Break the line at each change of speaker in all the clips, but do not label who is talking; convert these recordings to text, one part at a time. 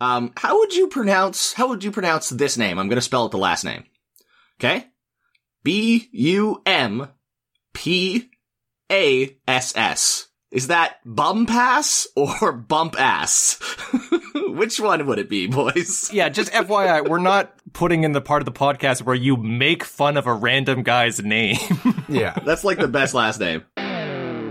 Um, how would you pronounce, how would you pronounce this name? I'm going to spell it the last name. Okay? B-U-M-P-A-S-S. Is that bum pass or bump ass? Which one would it be, boys?
Yeah, just FYI, we're not putting in the part of the podcast where you make fun of a random guy's name.
Yeah.
That's like the best last name.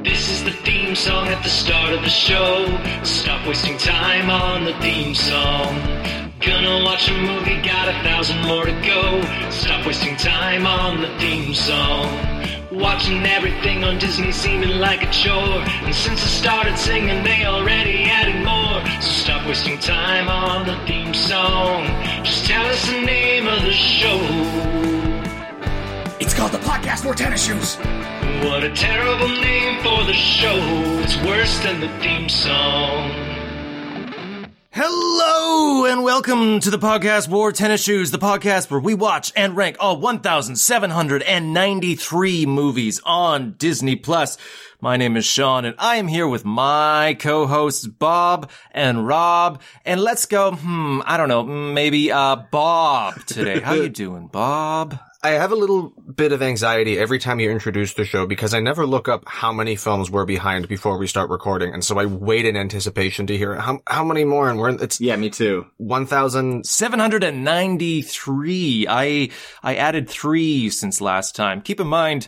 This is the theme song at the start of the show. Stop wasting time on the theme song. Gonna watch a movie, got a thousand more to go. Stop wasting time on the theme song. Watching everything on Disney seeming like a chore. And since I started singing, they already added more. So stop wasting time on the theme song. Just tell us the name of the show.
It's called the podcast for tennis shoes.
What a terrible name for the show. It's worse than the theme song.
Hello and welcome to the podcast War Tennis Shoes, the podcast where we watch and rank all 1,793 movies on Disney Plus. My name is Sean and I am here with my co-hosts Bob and Rob. And let's go, hmm, I don't know, maybe uh Bob today. How you doing, Bob?
I have a little bit of anxiety every time you introduce the show because I never look up how many films we're behind before we start recording. And so I wait in anticipation to hear how, how many more and we're, in- it's
Yeah, me too.
1000.
793. I I added 3 since last time. Keep in mind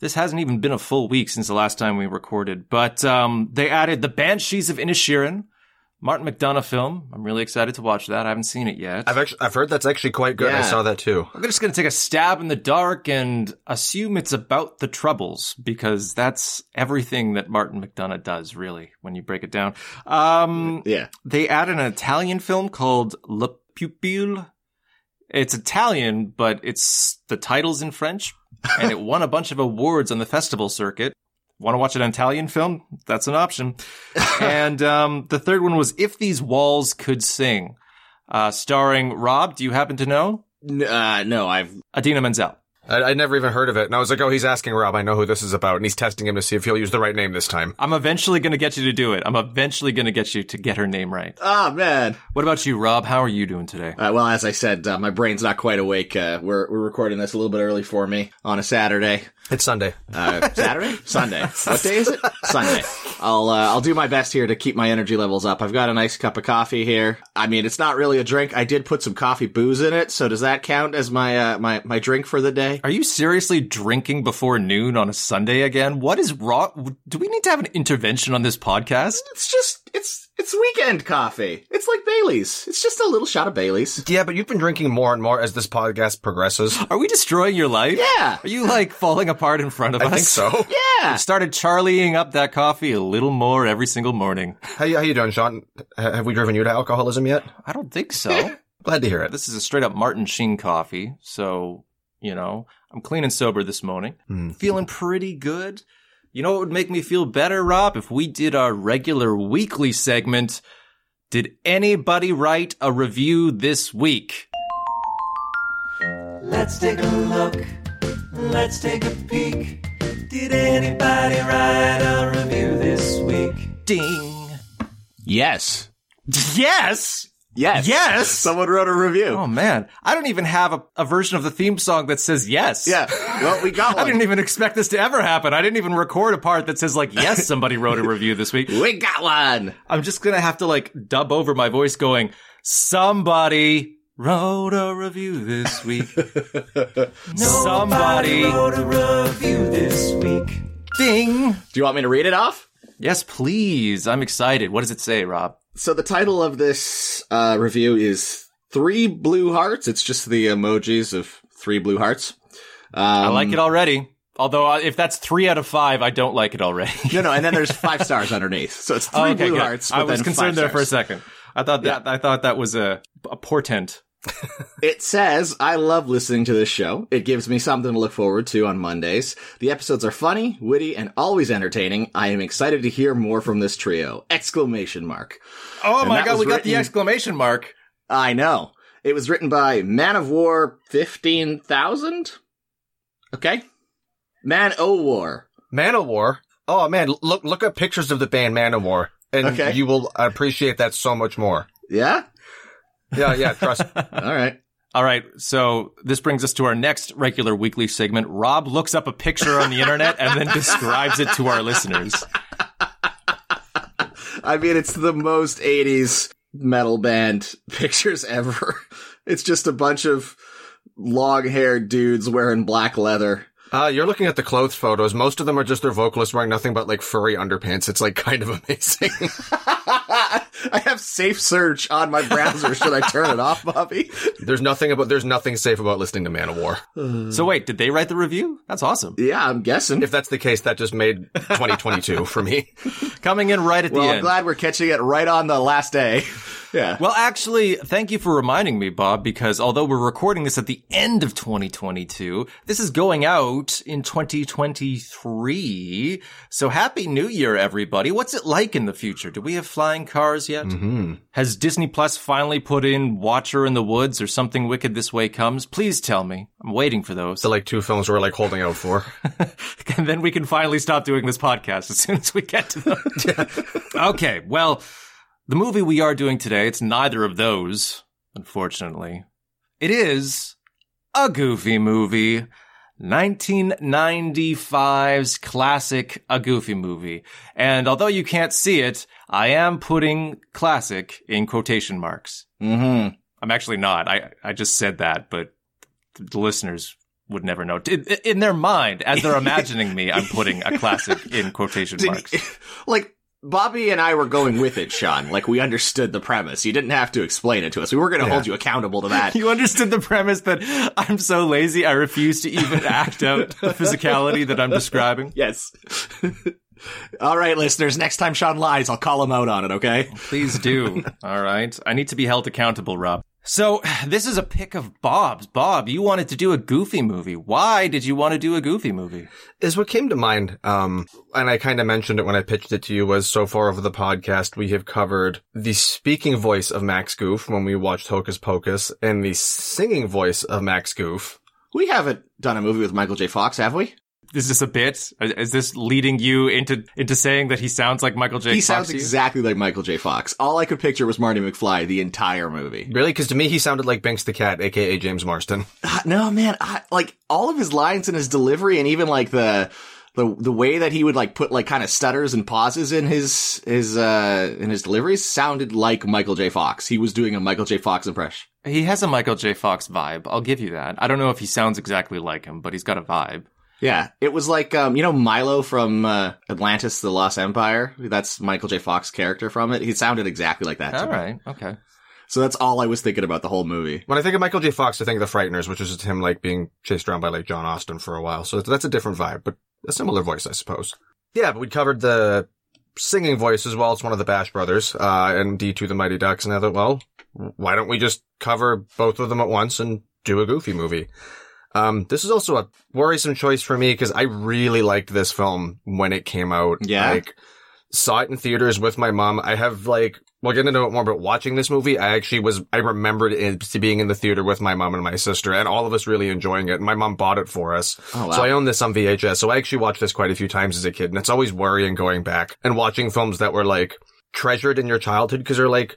this hasn't even been a full week since the last time we recorded, but um they added The Banshees of Inisherin, Martin McDonough film. I'm really excited to watch that. I haven't seen it yet.
I've actually, I've heard that's actually quite good. I
Yeah.
saw that too.
We're just going to take a stab in the dark and assume it's about the troubles because that's everything that Martin McDonough does really when you break it down. Um
Yeah.
they added an Italian film called Le Pupille. It's Italian, but it's the title's in French, and it won a bunch of awards on the festival circuit. Want to watch an Italian film? That's an option. and um, the third one was If These Walls Could Sing, uh, starring Rob. Do you happen to know
N- uh, no, I've,
Adina Menzel?
I, I never even heard of it. And I was like, oh, he's asking Rob. I know who this is about. And he's testing him to see if he'll use the right name this time.
I'm eventually going to get you to do it. I'm eventually going to get you to get her name right.
ah, man.
What about you, Rob? How are you doing today?
Uh, well, as I said, uh, my brain's not quite awake. Uh, we're, we're recording this a little bit early for me on a Saturday.
It's Sunday.
Uh, Saturday? Sunday. What day is it? Sunday. I'll uh, I'll do my best here to keep my energy levels up. I've got a nice cup of coffee here. I mean, it's not really a drink. I did put some coffee booze in it, so does that count as my uh, my my drink for the day?
Are you seriously drinking before noon on a Sunday again? What is wrong? Do we need to have an intervention on this podcast?
It's just it's it's weekend coffee. It's like Bailey's. It's just a little shot of Bailey's.
Yeah, but you've been drinking more and more as this podcast progresses.
Are we destroying your life?
Yeah.
Are you like falling apart in front of
I
us?
think so.
Yeah.
I've started charlieing up that coffee a little more every single morning.
How, you- how you doing, Sean? H- have we driven you to alcoholism yet?
I don't think so.
Glad to hear it.
Uh, this is a straight up Martin Sheen coffee. So, you know, I'm clean and sober this morning. Feeling pretty good. You know what would make me feel better, Rob? If we did our regular weekly segment, did anybody write a review this week?
Let's take a look. Let's take a peek. Did anybody write a review this week?
Ding.
Yes.
Yes.
Yes.
Yes.
Someone wrote a review.
Oh man, I don't even have a, a version of the theme song that says yes.
Yeah. Well, we got
I
one.
didn't even expect this to ever happen. I didn't even record a part that says like yes, somebody wrote a review this week.
we got one.
I'm just gonna have to like dub over my voice going, somebody wrote a review this week. somebody
Wrote a review this week.
ding.
Do you want me to read it off?
Yes, please. I'm excited. What does it say, Rob?
So the title of this uh, review is Three Blue Hearts. It's just the emojis of three blue hearts. Um,
I like it already. Although uh, if that's three out of five, I don't like it already.
No, no, and then there's five stars underneath. So it's three
Oh, okay,
blue
good.
hearts.
I
but
was
then
concerned
five
there for a
stars.
second. I thought that I thought that was a, a portent.
It says, I love listening to this show. It gives me something to look forward to on Mondays. The episodes are funny, witty, and always entertaining. I am excited to hear more from this trio. Exclamation mark.
Oh
And my that God, was we got the written-
exclamation mark.
I know. It was written by Man of War 15,000? Okay. Man O War.
Manowar. Oh man, look look up pictures of the band Manowar, and
Okay.
you will appreciate that so much more.
Yeah?
Yeah, yeah, trust.
All right.
All right, so this brings us to our next regular weekly segment. Rob looks up a picture on the internet and then describes it to our listeners.
I mean, it's the most 80s metal band pictures ever. It's just a bunch of long haired dudes wearing black leather.
Uh, you're looking at the clothes photos. Most of them are just their vocalists wearing nothing but like furry underpants. It's like kind of amazing.
I have safe search on my browser. Should I turn it off, Bobby?
there's nothing about there's nothing safe about listening to Manowar.
So wait, did they write the review? That's awesome.
Yeah, I'm guessing.
If that's the case, that just made 2022 for me.
Coming in right at
well,
the
I'm
end.
glad we're catching it right on the last day. Yeah.
Well, actually, thank you for reminding me, Bob, because although we're recording this at the end of 2022, this is going out in 2023. So happy new year, everybody. What's it like in the future? Do we have flying cars yet?
Mm-hmm.
Mm-hmm.
Has Disney Plus finally put in Watcher in the Woods or something wicked this way comes? Please tell me. I'm waiting for those.
The like two films we're like holding out for.
and then we can finally stop doing this podcast as soon as we get to them. okay, well, the movie we are doing today, it's neither of those, unfortunately. It is a goofy movie. 1995's classic A Goofy Movie. And although you can't see it, I am putting classic in quotation marks.
Mm-hmm.
I'm actually not. I, I just said that, but the listeners would never know. In, in their mind, as they're imagining me, I'm putting a classic in quotation marks.
like, Bobby and I were going with it, Sean. Like, we understood the premise. You didn't have to explain it to us. We were going to hold you accountable to that.
You understood the premise that I'm so lazy, I refuse to even act out the physicality that I'm describing.
Yes. All right, listeners. Next time Sean lies, I'll call him out on it, okay?
Please do. All right. I need to be held accountable, Rob. So this is a pick of Bob's. Bob, you wanted to do a goofy movie. Why did you want to do a goofy movie?
is what came to mind. Um, and I kind of mentioned it when I pitched it to you was so far over the podcast, we have covered the speaking voice of Max Goof when we watched Hocus Pocus and the singing voice of Max Goof.
We haven't done a movie with Michael J. Fox, have we?
Is this a bit? Is this leading you into into saying that he sounds like Michael J.
He
Fox
sounds
to you?
exactly like Michael J. Fox. All I could picture was Marty McFly the entire movie.
Really? Cause to me, he sounded like Binks the Cat, aka James Marston.
Ah, No, man, I, like all of his lines and his delivery and even like the, the, the way that he would like put like kind of stutters and pauses in his, his, uh, in his deliveries sounded like Michael J. Fox. He was doing a Michael J. Fox impression.
He has a Michael J. Fox vibe. I'll give you that. I don't know if he sounds exactly like him, but he's got a vibe.
Yeah. It was like, um, you know, Milo from, uh, Atlantis, the Lost Empire. That's Michael J. Fox character from it. He sounded exactly like that. to
All
me.
right. Okay.
So that's all I was thinking about the whole movie.
When I think of Michael J. Fox, I think of the Frighteners, which is just him like being chased around by like John Austin for a while. So that's a different vibe, but a similar voice, I suppose. Yeah, but we covered the singing voice as well. It's one of the Bash Brothers, uh, and D2 the Mighty Ducks. And I thought, well, why don't we just cover both of them at once and do a goofy movie? Um, this is also a worrisome choice for me because I really liked this film when it came out.
Yeah.
Like, saw it in theaters with my mom. I have like, we'll get into it more, but watching this movie, I actually was, I remembered it being in the theater with my mom and my sister and all of us really enjoying it. My mom bought it for us.
Oh, wow.
So I own this on VHS. So I actually watched this quite a few times as a kid and it's always worrying going back and watching films that were like treasured in your childhood because they're like,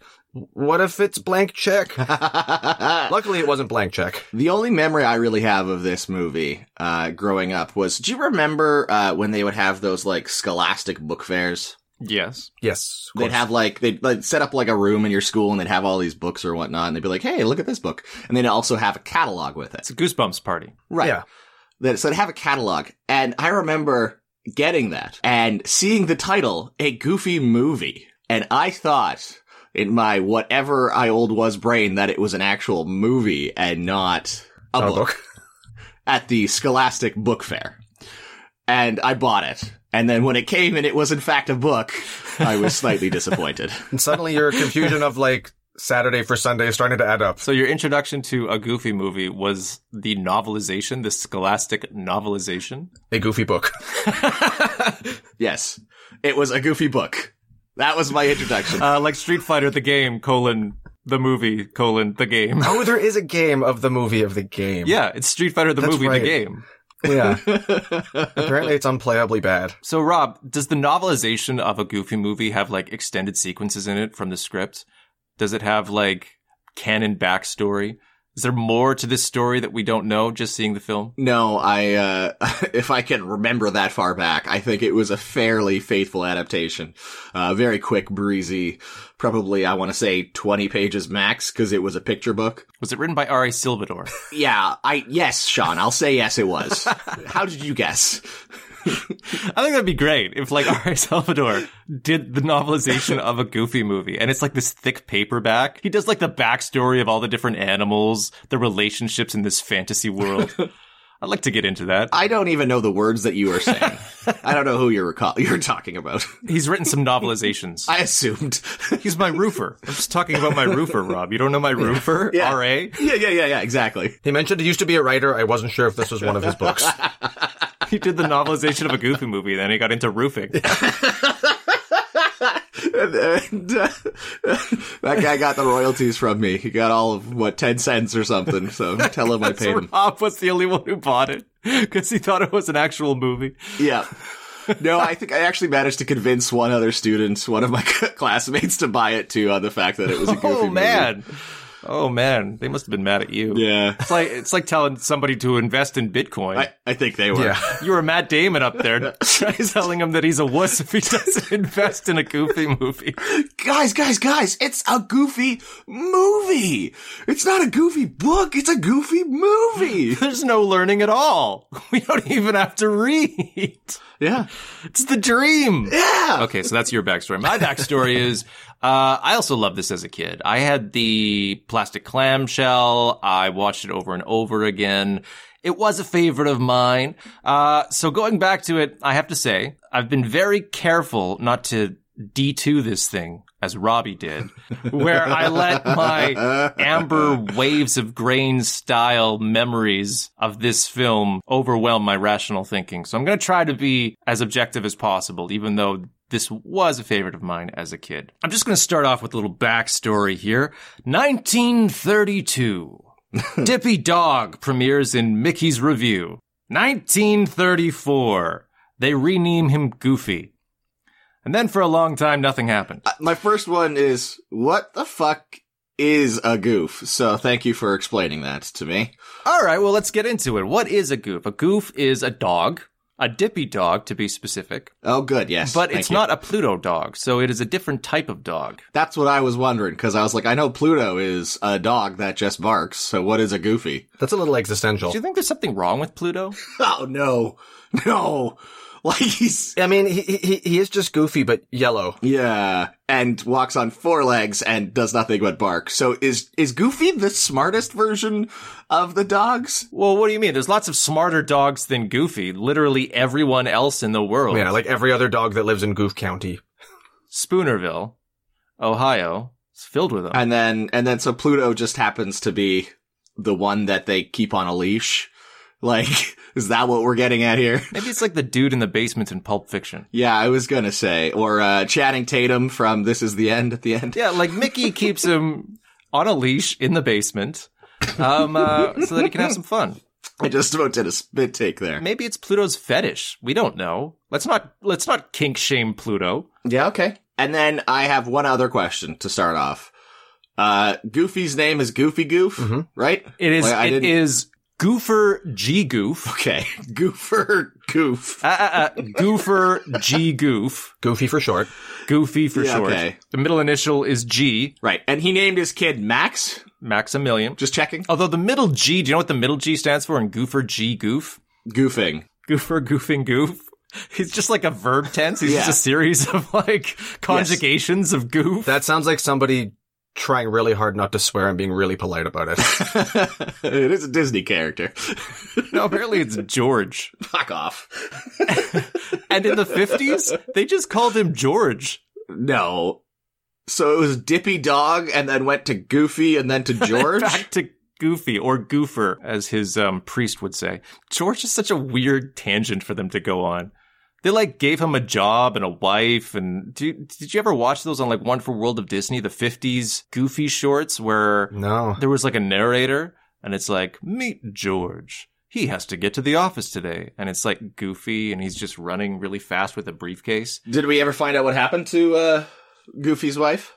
what if it's blank check? Luckily it wasn't blank check.
The only memory I really have of this movie, uh, growing up was, do you remember, uh, when they would have those, like, scholastic book fairs?
Yes.
Yes. of
They'd
course.
have like, they'd like set up like a room in your school and they'd have all these books or whatnot. And they'd be like, Hey, look at this book. And they'd also have a catalog with it.
It's a Goosebumps party.
Right.
Yeah.
That, so they have a catalog. And I remember getting that and seeing the title, a goofy movie. And I thought in my whatever I old was brain that it was an actual movie and not a,
A
book,
book.
at the Scholastic Book Fair. And I bought it. And then when it came and it was in fact a book, I was slightly disappointed.
And suddenly your confusion of like Saturday for Sunday is starting to add up.
So your introduction to a Goofy movie was the novelization, the Scholastic novelization.
A goofy book.
Yes. It was a goofy book. That was my introduction.
Uh, like Street Fighter the game, colon, the movie, colon, the game.
Oh, there is a game of the movie of the game.
Yeah, it's Street Fighter the
That's
movie,
right.
the game.
Yeah. Apparently it's unplayably bad.
So Rob, does the novelization of a Goofy movie have like extended sequences in it from the script? Does it have like canon backstory? Is there more to this story that we don't know just seeing the film?
No, I uh if I can remember that far back, I think it was a fairly faithful adaptation. Uh very quick, breezy, probably I want to say 20 pages max cuz it was a picture book.
Was it written by R.A. Silvador?
Yeah, I yes, Sean, I'll say yes it was. How did you guess?
I think that'd be great if like R.A. Salvador did the novelization of a goofy movie and it's like this thick paperback. He does like the backstory of all the different animals, the relationships in this fantasy world. I'd like to get into that.
I don't even know the words that you are saying. I don't know who you're recall- you're talking about.
He's written some novelizations.
I assumed.
He's my roofer. I'm just talking about my roofer, Rob. You don't know my roofer?
Yeah.
R.A.?
yeah, yeah, yeah, yeah, exactly.
He mentioned he used to be a writer. I wasn't sure if this was one of his books.
He did the novelization of a goofy movie, then he got into roofing.
And, and, uh, that guy got the royalties from me. He got all of what 10 cents or something. So tell him I paid
So
him.
Rob was the only one who bought it because he thought it was an actual movie.
Yeah. No, I think I actually managed to convince one other student, one of my classmates, to buy it too on the fact that it was a goofy
Oh
movie.
man, oh man, they must have been mad at you.
Yeah.
It's like it's like telling somebody to invest in Bitcoin.
I, I think they were.
Yeah.
you were Matt Damon up there telling him that he's a wuss if he doesn't invest in a goofy movie.
Guys, guys, guys, it's a goofy movie. It's not a goofy book, it's a goofy movie.
There's no learning at all. We don't even have to read.
yeah.
It's the dream.
Yeah.
Okay, so that's your backstory. My backstory is uh, I also loved this as a kid. I had the plastic clamshell. I watched it over and over again. It was a favorite of mine. Uh, so going back to it, I have to say I've been very careful not to D2 this thing as Robbie did, where I let my amber waves of grain style memories of this film overwhelm my rational thinking. So I'm going to try to be as objective as possible, even though this was a favorite of mine as a kid. I'm just going to start off with a little backstory here. 1932. Dippy Dog premieres in Mickey's Review. 1934. They rename him Goofy. And then for a long time, nothing happened.
Uh, My first one is what the fuck is a goof? So thank you for explaining that to me.
All right, well, let's get into it. What is a goof? A goof is a dog, a dippy dog to be specific,
Oh, good. Yes.
but
Thank
it's
you.
not a Pluto dog, so it is a different type of dog.
That's what I was wondering because I was like, I know Pluto is a dog that just barks. So what is a goofy?
That's a little existential.
Do you think there's something wrong with Pluto?
Oh no, no! Like he's
I mean, he, he he is just goofy, but yellow.
yeah, and walks on four legs and does nothing but bark. So is is Goofy the smartest version of the dogs?
Well, what do you mean? There's lots of smarter dogs than Goofy, literally everyone else in the world.
Yeah, like every other dog that lives in Goof County.
Spoonerville, Ohio, it's filled with them.
And then and then so Pluto just happens to be the one that they keep on a leash. Like, is that what we're getting at here?
Maybe it's like the dude in the basement in Pulp Fiction.
Yeah, I was gonna say, or uh, Channing Tatum from This Is the End at the end.
Yeah, like Mickey keeps him on a leash in the basement, um, uh, so that he can have some fun.
I just about did a spit take there.
Maybe it's Pluto's fetish. We don't know. Let's not let's not kink shame Pluto.
Yeah, okay. And then I have one other question to start off. Uh, Goofy's name is Goofy Goof, right?
It is
Like, I
it
didn't-
is Goofer G Goof.
Okay. Goofer Goof.
Uh, uh, uh, Goofer G Goof.
Goofy for short.
Goofy for
Yeah,
short.
okay.
The middle initial is G.
Right. And he named his kid Max.
Maximilian.
Just checking.
Although the middle G, do you know what the middle G stands for in Goofer G Goof?
Goofing.
Goofer goofing goof. He's just like a verb tense. He's just
Yeah.
a series of like conjugations of goof.
That sounds like somebody trying really hard not to swear and being really polite about it.
it is a Disney character.
no, apparently it's George.
Fuck off.
And in the 50s, they just called him George.
No. So it was Dippy Dog and then went to Goofy and then to George?
Back to Goofy or Goofer, as his um, priest would say. George is such a weird tangent for them to go on. They like gave him a job and a wife. And do, did you ever watch those on like Wonderful World of Disney, the 50s Goofy shorts where
No.
there was like a narrator and it's like meet george he has to get to the office today and it's like goofy and he's just running really fast with a briefcase
Did we ever find out what happened to, uh, Goofy's wife?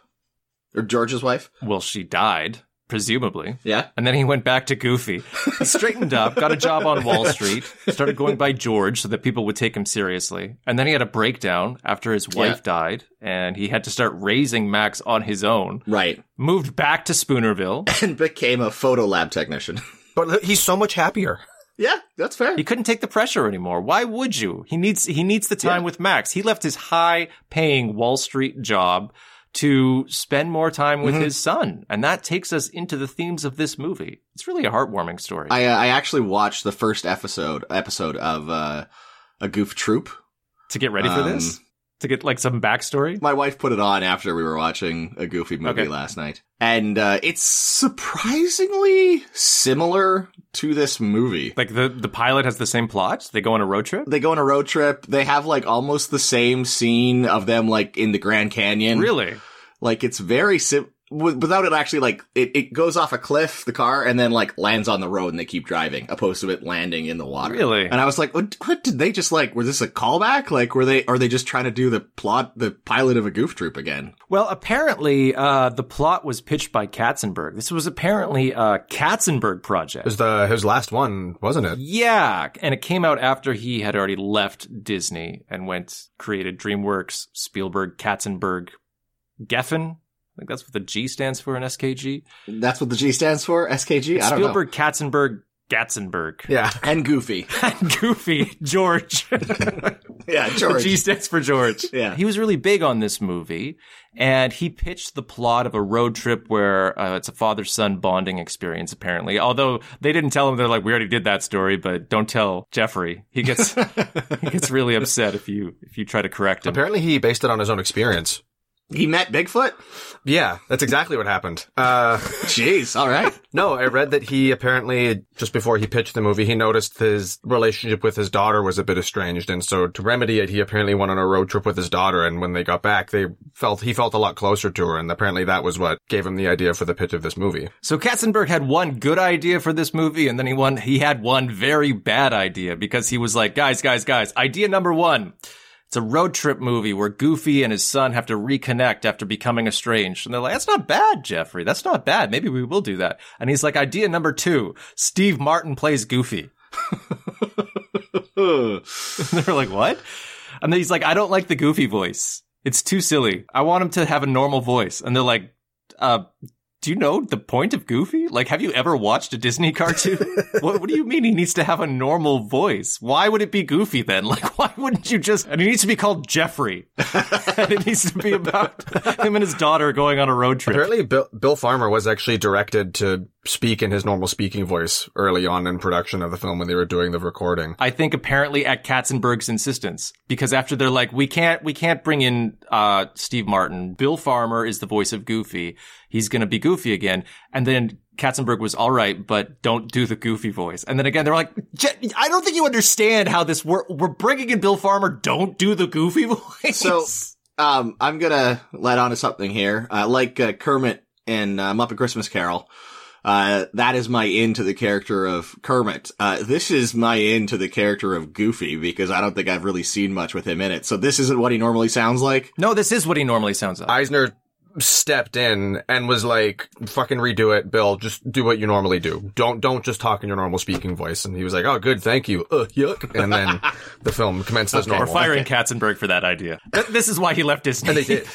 or George's wife.
Well, she died, presumably.
Yeah.
And then he went back to Goofy. He straightened up, got a job on Wall Street, started going by George so that people would take him seriously. And then he had a breakdown after his wife
Yeah.
died, and he had to start raising Max on his own.
Right.
Moved back to Spoonerville.
And became a photo lab technician.
But he's so much happier.
yeah, that's fair.
He couldn't take the pressure anymore. Why would you? He needs he needs the time with Max. He left his high paying Wall Street job to spend more time
Mm-hmm.
with his son. And that takes us into the themes of this movie. It's really a heartwarming story.
I uh, I actually watched the first episode episode of uh, a Goof Troop.
to get ready for
Um,
this? To get like some backstory?
My wife put it on after we were watching a Goofy movie
Okay.
last night, and uh, it's surprisingly similar to this movie.
Like the, the pilot has the same plot? They go on a road trip?
They go on a road trip. They have like almost the same scene of them like in the Grand Canyon.
Really?
Like it's very sim- wi- without it actually like it, it goes off a cliff the car and then like lands on the road and they keep driving opposed to it landing in the water
Really?
and i was like what, what did they just like was this a callback like were they are they just trying to do the plot the pilot of a goof troop again
Well, apparently, uh, the plot was pitched by Katzenberg. This was apparently a Katzenberg project.
It was the his last one, wasn't it?
Yeah, and it came out after he had already left Disney and went created DreamWorks, Spielberg, Katzenberg, Geffen. I think that's what the G stands for in SKG.
that's what the g stands for skg i don't
Spielberg, Katzenberg, Gatzenberg,
Yeah.
know and goofy
Goofy, George.
yeah
The
george
G stands for George.
Yeah.
He was really big on this movie, and he pitched the plot of a road trip where uh, it's a father son bonding experience, apparently. Although they didn't tell him, they're like, we already did that story, but don't tell Jeffrey. He gets he gets really upset if you if you try to correct him.
Apparently, he based it on his own experience.
he met bigfoot
Yeah, that's exactly what happened. Uh,
jeez all right
no, I read that he apparently just before he pitched the movie, he noticed his relationship with his daughter was a bit estranged, and so to remedy it, he apparently went on a road trip with his daughter. And when they got back, they felt he felt a lot closer to her, and apparently that was what gave him the idea for the pitch of this movie.
So Katzenberg had one good idea for this movie, and then he won. He had one very bad idea because he was like, "Guys, guys, guys! Idea number one: it's a road trip movie where Goofy and his son have to reconnect after becoming estranged." And they're like, "That's not bad, Jeffrey. That's not bad. Maybe we will do that." And he's like, "Idea number two: Steve Martin plays Goofy."
Ugh.
And they're like, "What?" And then he's like, "I don't like the Goofy voice. It's too silly. I want him to have a normal voice." And they're like, "Uh." Do you know the point of Goofy? Like, have you ever watched a Disney cartoon? what, what do you mean he needs to have a normal voice? Why would it be Goofy then? Like, why wouldn't you just? And he needs to be called Jeffrey. and it needs to be about him and his daughter going on a road trip.
Apparently, Bill, Bill Farmer was actually directed to speak in his normal speaking voice early on in production of the film when they were doing the recording.
I think apparently at Katzenberg's insistence, because after they're like, we can't, we can't bring in, uh, Steve Martin. Bill Farmer is the voice of Goofy. He's going to be Goofy again. And then Katzenberg was all right, but don't do the Goofy voice. And then again, they're like, "Je- I don't think you understand how this work. We're bringing in Bill Farmer. Don't do the Goofy voice.
So, um, I'm gonna let on to something here. Uh, like uh, Kermit in uh, Muppet Christmas Carol, uh, that is my in to the character of Kermit. Uh, this is my in to the character of Goofy because I don't think I've really seen much with him in it. So this isn't what he normally sounds like.
no, this is what he normally sounds like.
Eisner stepped in and was like, "Fucking redo it, Bill. Just do what you normally do. Don't don't just talk in your normal speaking voice." And he was like, "Oh, good, thank you. Uh, yuck." And then the film commenced as
We're
normal.
firing Katzenberg for that idea. Th- This is why he left Disney.
And they did.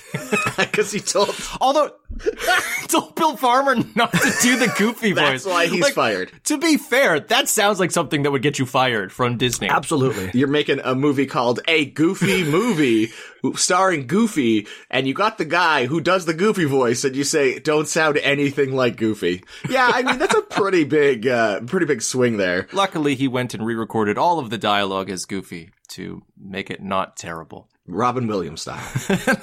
Because he told.
Although, told Bill Farmer not to do the goofy voice.
That's why he's
Like,
fired.
To be fair, that sounds like something that would get you fired from Disney.
Absolutely.
You're making a movie called A Goofy Movie, who- starring Goofy, and you got the guy who does the Goofy voice, and you say, "Don't sound anything like Goofy." Yeah, I mean that's a pretty big, uh, pretty big swing there.
Luckily, he went and re-recorded all of the dialogue as Goofy to make it not terrible.
Robin Williams style.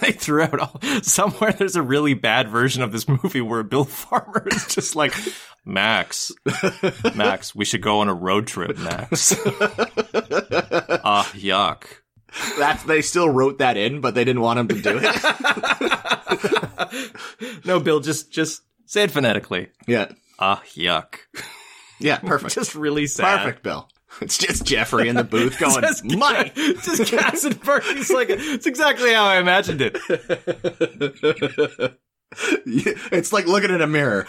they threw out all, somewhere. There's a really bad version of this movie where Bill Farmer is just like, Max, Max, we should go on a road trip, Max. Ah, yuck.
That they still wrote that in, but they didn't want him to do it.
No, Bill, just just say it phonetically.
Yeah,
Ah, yuck.
yeah, perfect,
Just really sad.
perfect, Bill. It's just Jeffrey in the booth going,
Just,
"Money."
just Katzenberg. He's like, it's exactly how I imagined it.
it's like looking in a mirror.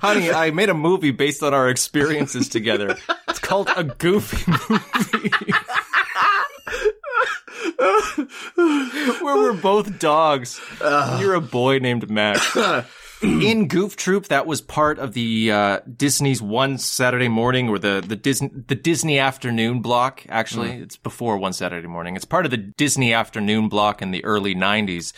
Honey, I made a movie based on our experiences together. It's called A Goofy Movie. Where we're both dogs. You're a boy named Max. In Goof Troop, that was part of the uh, Disney's One Saturday Morning or the the Disney the Disney Afternoon block. Actually, it's before One Saturday Morning. It's part of the Disney Afternoon block in the early '90s,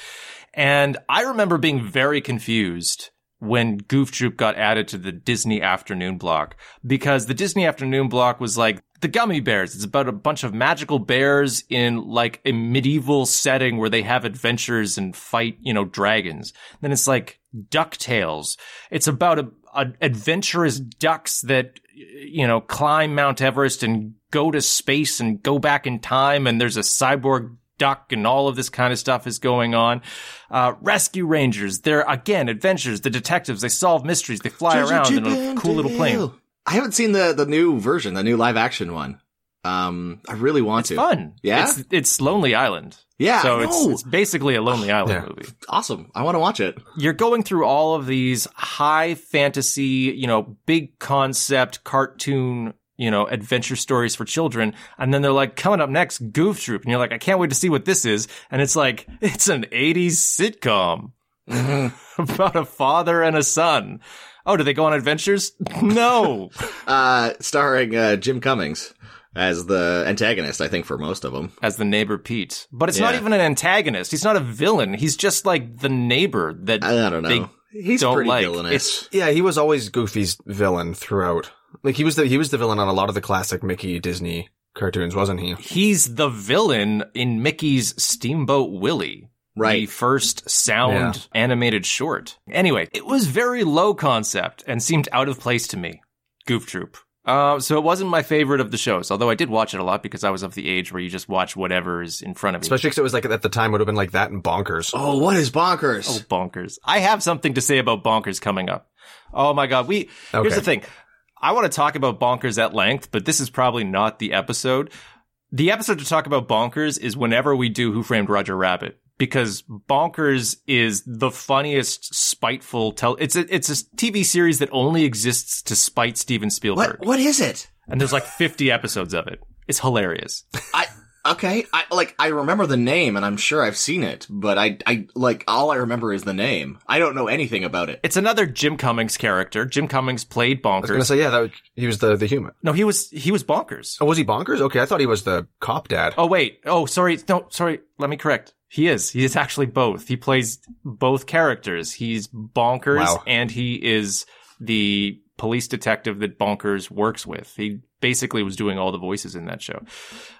and I remember being very confused when Goof Troop got added to the Disney Afternoon block because the Disney Afternoon block was like the gummy bears. It's about a bunch of magical bears in like a medieval setting where they have adventures and fight, you know, dragons. Then it's like DuckTales. It's about a, a adventurous ducks that you know climb Mount Everest and go to space and go back in time and there's a cyborg duck and all of this kind of stuff is going on. Uh, Rescue Rangers, they're again adventures, the detectives, they solve mysteries, they fly around in a cool little plane.
I haven't seen the the new version, the new live action one. Um, I really want to.
Fun.
Yeah?
It's it's Lonely Island.
Yeah,
So
I
it's,
know.
it's basically a Lonely Island
Yeah.
movie.
Awesome. I want to watch it.
You're going through all of these high fantasy, you know, big concept cartoon, you know, adventure stories for children. And then they're like, coming up next, Goof Troop. And you're like, I can't wait to see what this is. And it's like, it's an 80s sitcom about a father and a son. Oh, do they go on adventures? No.
Uh, starring uh, Jim Cummings as the antagonist, I think, for most of them.
As the neighbor Pete. But it's not
Yeah.
even an antagonist. He's not a villain. He's just like the neighbor that
I, I don't
They
know. He's
don't
pretty
like-
villainous.
Yeah, he was always Goofy's villain throughout. Like he was the he was the villain on a lot of the classic Mickey Disney cartoons, wasn't he?
he's the villain in Mickey's Steamboat Willie. the
Right.
first sound animated short. Anyway, it was very low concept and seemed out of place to me. Goof Troop. Uh, so it wasn't my favorite of the shows, although I did watch it a lot because I was of the age where you just watch whatever is in front of you.
Especially because it was like at the time would have been like that and bonkers.
Oh, what is bonkers?
oh, bonkers! I have something to say about bonkers coming up. Oh my god, we here's
Okay.
the thing. I want to talk about bonkers at length, but this is probably not the episode. The episode to talk about bonkers is whenever we do Who Framed Roger Rabbit because bonkers is the funniest spiteful tell it's a, it's a TV series that only exists to spite Steven Spielberg.
What? What is it?
And there's like 50 episodes of it. It's hilarious.
I okay. I like. I remember the name, and I'm sure I've seen it, but I, I like all I remember is the name. I don't know anything about it.
It's another Jim Cummings character. Jim Cummings played
I was gonna
bonkers.
say yeah, that was, he was the the human.
no, he was he was bonkers.
Oh, was he bonkers? Okay, I thought he was the cop dad.
Oh wait. Oh sorry. No, sorry. Let me correct. He is. He is actually both. He plays both characters. He's bonkers
Wow.
and he is the police detective that bonkers works with. He basically was doing all the voices in that show.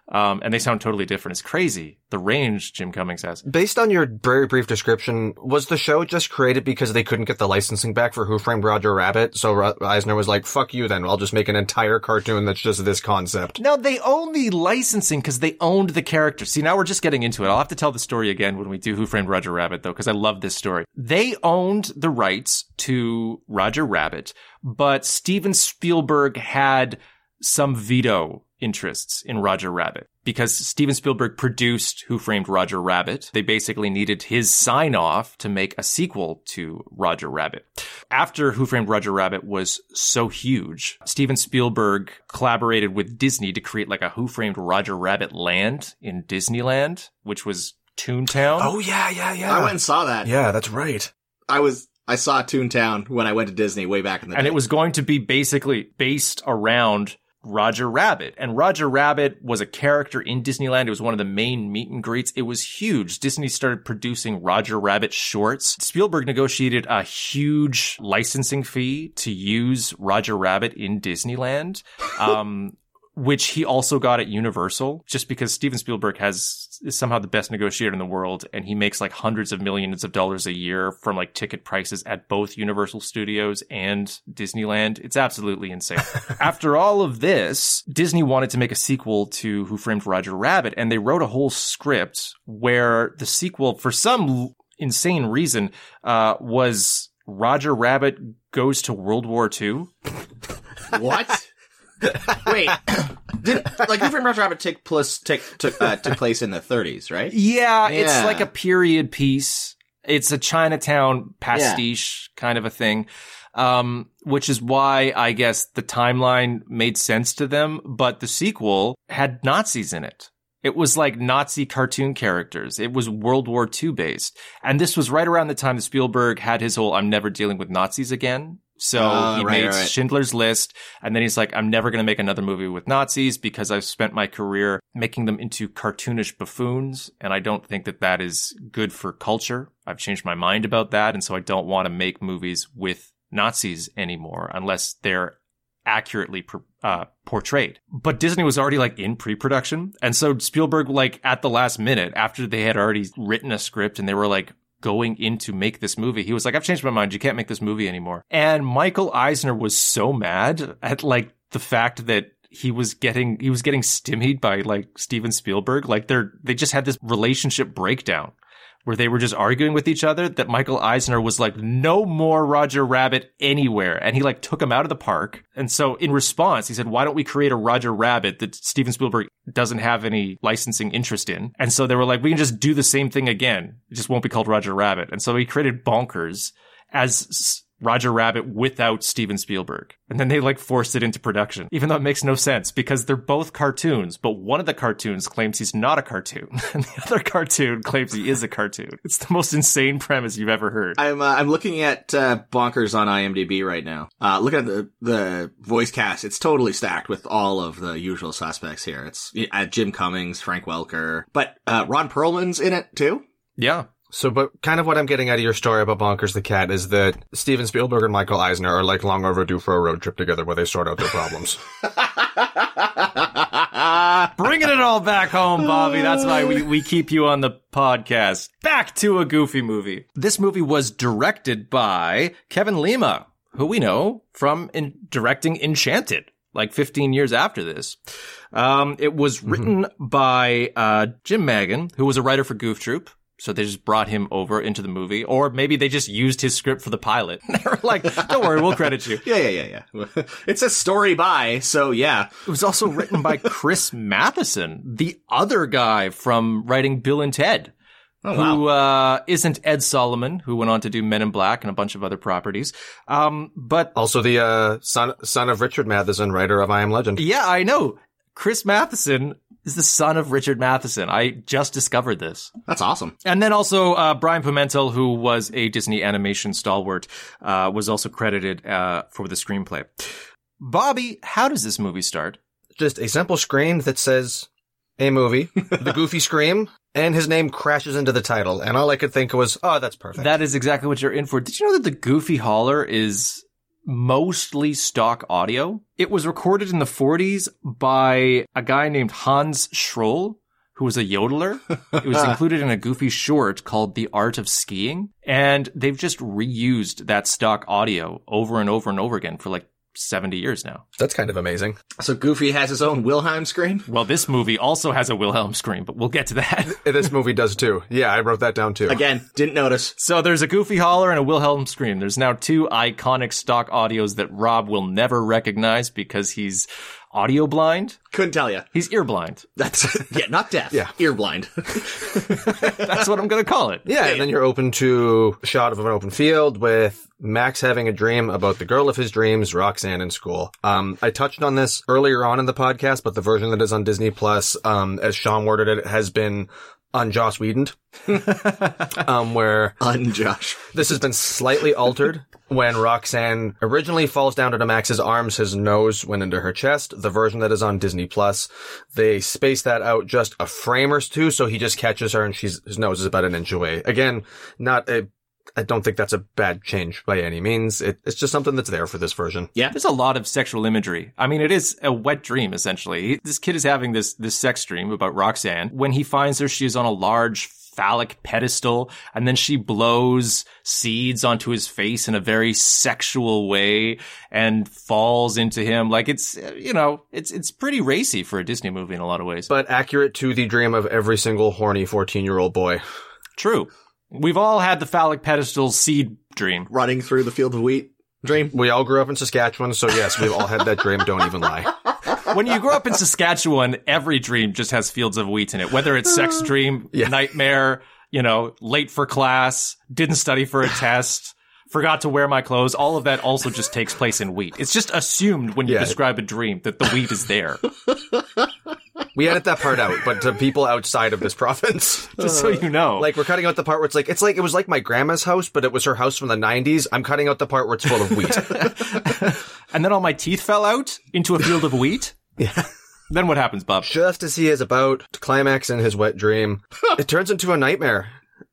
Um, and they sound totally different. It's crazy. The range Jim Cummings has.
Based on your very brief description, was the show just created because they couldn't get the licensing back for Who Framed Roger Rabbit? So Ro- Eisner was like, "Fuck you, then. I'll just make an entire cartoon that's just this concept."
No, they own the licensing because they owned the character. See, now we're just getting into it. I'll have to tell the story again when we do Who Framed Roger Rabbit, though, because I love this story. They owned the rights to Roger Rabbit, but Steven Spielberg had some veto interests in Roger Rabbit because Steven Spielberg produced Who Framed Roger Rabbit. They basically needed his sign off to make a sequel to Roger Rabbit. After Who Framed Roger Rabbit was so huge, Steven Spielberg collaborated with Disney to create like a Who Framed Roger Rabbit land in Disneyland, which was Toontown.
Oh, yeah, yeah, yeah.
I went and saw that.
Yeah, that's right.
I was. I saw Toontown when I went to Disney way back in the day.
and it was going to be basically based around Roger Rabbit. And Roger Rabbit was a character in Disneyland. It was one of the main meet and greets. It was huge. Disney started producing Roger Rabbit shorts. Spielberg negotiated a huge licensing fee to use Roger Rabbit in Disneyland. Um, which he also got at Universal, just because Steven Spielberg has is somehow the best negotiator in the world, and he makes like hundreds of millions of dollars a year from like ticket prices at both Universal Studios and Disneyland. It's absolutely insane. After all of this, Disney wanted to make a sequel to Who Framed Roger Rabbit, and they wrote a whole script where the sequel, for some l- insane reason, uh, was Roger Rabbit goes to World War II.
what? Wait, did like Who Framed Roger Rabbit take plus take took uh, took place in the 30s, right?
Yeah, it's
Yeah.
like a period piece. It's a Chinatown pastiche kind of a thing, um, which is why I guess the timeline made sense to them. But the sequel had Nazis in it. It was like Nazi cartoon characters. It was World War II based. And this was right around the time that Spielberg had his whole I'm never dealing with Nazis again. So
Ah,
he
right,
made
right.
Schindler's List. And then he's like, I'm never going to make another movie with Nazis because I've spent my career making them into cartoonish buffoons. And I don't think that that is good for culture. I've changed my mind about that. And so I don't want to make movies with Nazis anymore unless they're accurately per- uh, portrayed. But Disney was already like in pre-production, and so Spielberg, like at the last minute, after they had already written a script and they were like going in to make this movie, he was like, "I've changed my mind. You can't make this movie anymore." And Michael Eisner was so mad at like the fact that he was getting he was getting stymied by like Steven Spielberg. Like they're they just had this relationship breakdown. Where they were just arguing with each other, that Michael Eisner was like, no more Roger Rabbit anywhere. And he like took him out of the park. And so in response, he said, why don't we create a Roger Rabbit that Steven Spielberg doesn't have any licensing interest in? And so they were like, we can just do the same thing again. It just won't be called Roger Rabbit. And so he created Bonkers as s- Roger Rabbit without Steven Spielberg. And then they like forced it into production, even though it makes no sense because they're both cartoons, but one of the cartoons claims he's not a cartoon and the other cartoon claims he is a cartoon. It's the most insane premise you've ever heard.
I'm uh, I'm looking at uh, Bonkers on IMDb right now. Uh, look at the the voice cast; it's totally stacked with all of the usual suspects here. It's uh, Jim Cummings, Frank Welker, but uh, Ron Perlman's in it too.
yeah.
So, but kind of what I'm getting out of your story about Bonkers the Cat is that Steven Spielberg and Michael Eisner are like long overdue for a road trip together where they sort out their problems.
Bringing it all back home, Bobby. That's why we, we keep you on the podcast. Back to a goofy movie. This movie was directed by Kevin Lima, who we know from in- directing Enchanted, like 15 years after this. Um, it was written by uh, Jim Magan, who was a writer for Goof Troop. So they just brought him over into the movie, or maybe they just used his script for the pilot. they were like, don't worry, we'll credit you.
yeah, yeah, yeah, yeah. it's a story by, so yeah.
It was also written by Chris Matheson, the other guy from writing Bill and Ted, who uh, isn't Ed Solomon, who went on to do Men in Black and a bunch of other properties. Um, but
also, the uh, son son of Richard Matheson, writer of I Am Legend.
yeah, I know Chris Matheson is the son of Richard Matheson. I just discovered this.
That's awesome.
And then also uh, Brian Pimentel, who was a Disney animation stalwart, uh, was also credited uh, for the screenplay. Bobby, how does this movie start?
Just a simple screen that says a movie, the goofy scream, and his name crashes into the title. And all I could think was, oh, that's perfect.
That is exactly what you're in for. Did you know that the Goofy Holler is mostly stock audio? It was recorded in the 40s by a guy named Hans Schroll, who was a yodeler. It was included in a Goofy short called The Art of Skiing. And they've just reused that stock audio over and over and over again for like 70 years now.
that's kind of amazing.
So Goofy has his own Wilhelm scream.
Well, this movie also has a Wilhelm scream, but we'll get to that.
this movie does too. Yeah, I wrote that down too.
Again, didn't notice.
So there's a goofy holler and a Wilhelm scream. There's now two iconic stock audios that Rob will never recognize because he's audio blind.
Couldn't tell you.
He's ear blind.
That's yeah, not deaf.
Yeah.
ear blind.
That's what I'm going to call it.
Yeah, and then you're open to a shot of an open field with Max having a dream about the girl of his dreams, Roxanne in school. Um, I touched on this earlier on in the podcast, but the version that is on Disney Plus, um, as Sean worded it, has been on Joss Whedon, um, where
Unjosh.
this has been slightly altered when Roxanne originally falls down into Max's arms. His nose went into her chest. The version that is on Disney Plus, they space that out just a frame or two. So he just catches her and she's, his nose is about an inch away. Again, not a, I don't think that's a bad change by any means. It, it's just something that's there for this version.
There's a lot of sexual imagery. I mean, it is a wet dream essentially. He- This kid is having this this sex dream about Roxanne. When he finds her, she is on a large phallic pedestal, and then she blows seeds onto his face in a very sexual way and falls into him. Like it's uh, you know, it's it's pretty racy for a Disney movie in a lot of ways.
But accurate to the dream of every single horny 14 year old boy.
True, we've all had the phallic pedestal seed dream.
Running through the field of wheat. Dream.
We all grew up in Saskatchewan. So yes, we've all had that dream. Don't even lie.
when you grow up in Saskatchewan, every dream just has fields of wheat in it, whether it's sex dream, nightmare, you know, late for class, didn't study for a test, forgot to wear my clothes. All of that also just takes place in wheat. It's just assumed when you
Yeah.
describe a dream that the wheat is there.
We edit that part out, but to people outside of this province.
Just so you know.
Like we're cutting out the part where it's like it's like it was like my grandma's house, but it was her house from the '90s. I'm cutting out the part where it's full of wheat.
and then all my teeth fell out into a field of wheat. yeah. Then what happens, Bob?
Just as he is about to climax in his wet dream, it turns into a nightmare,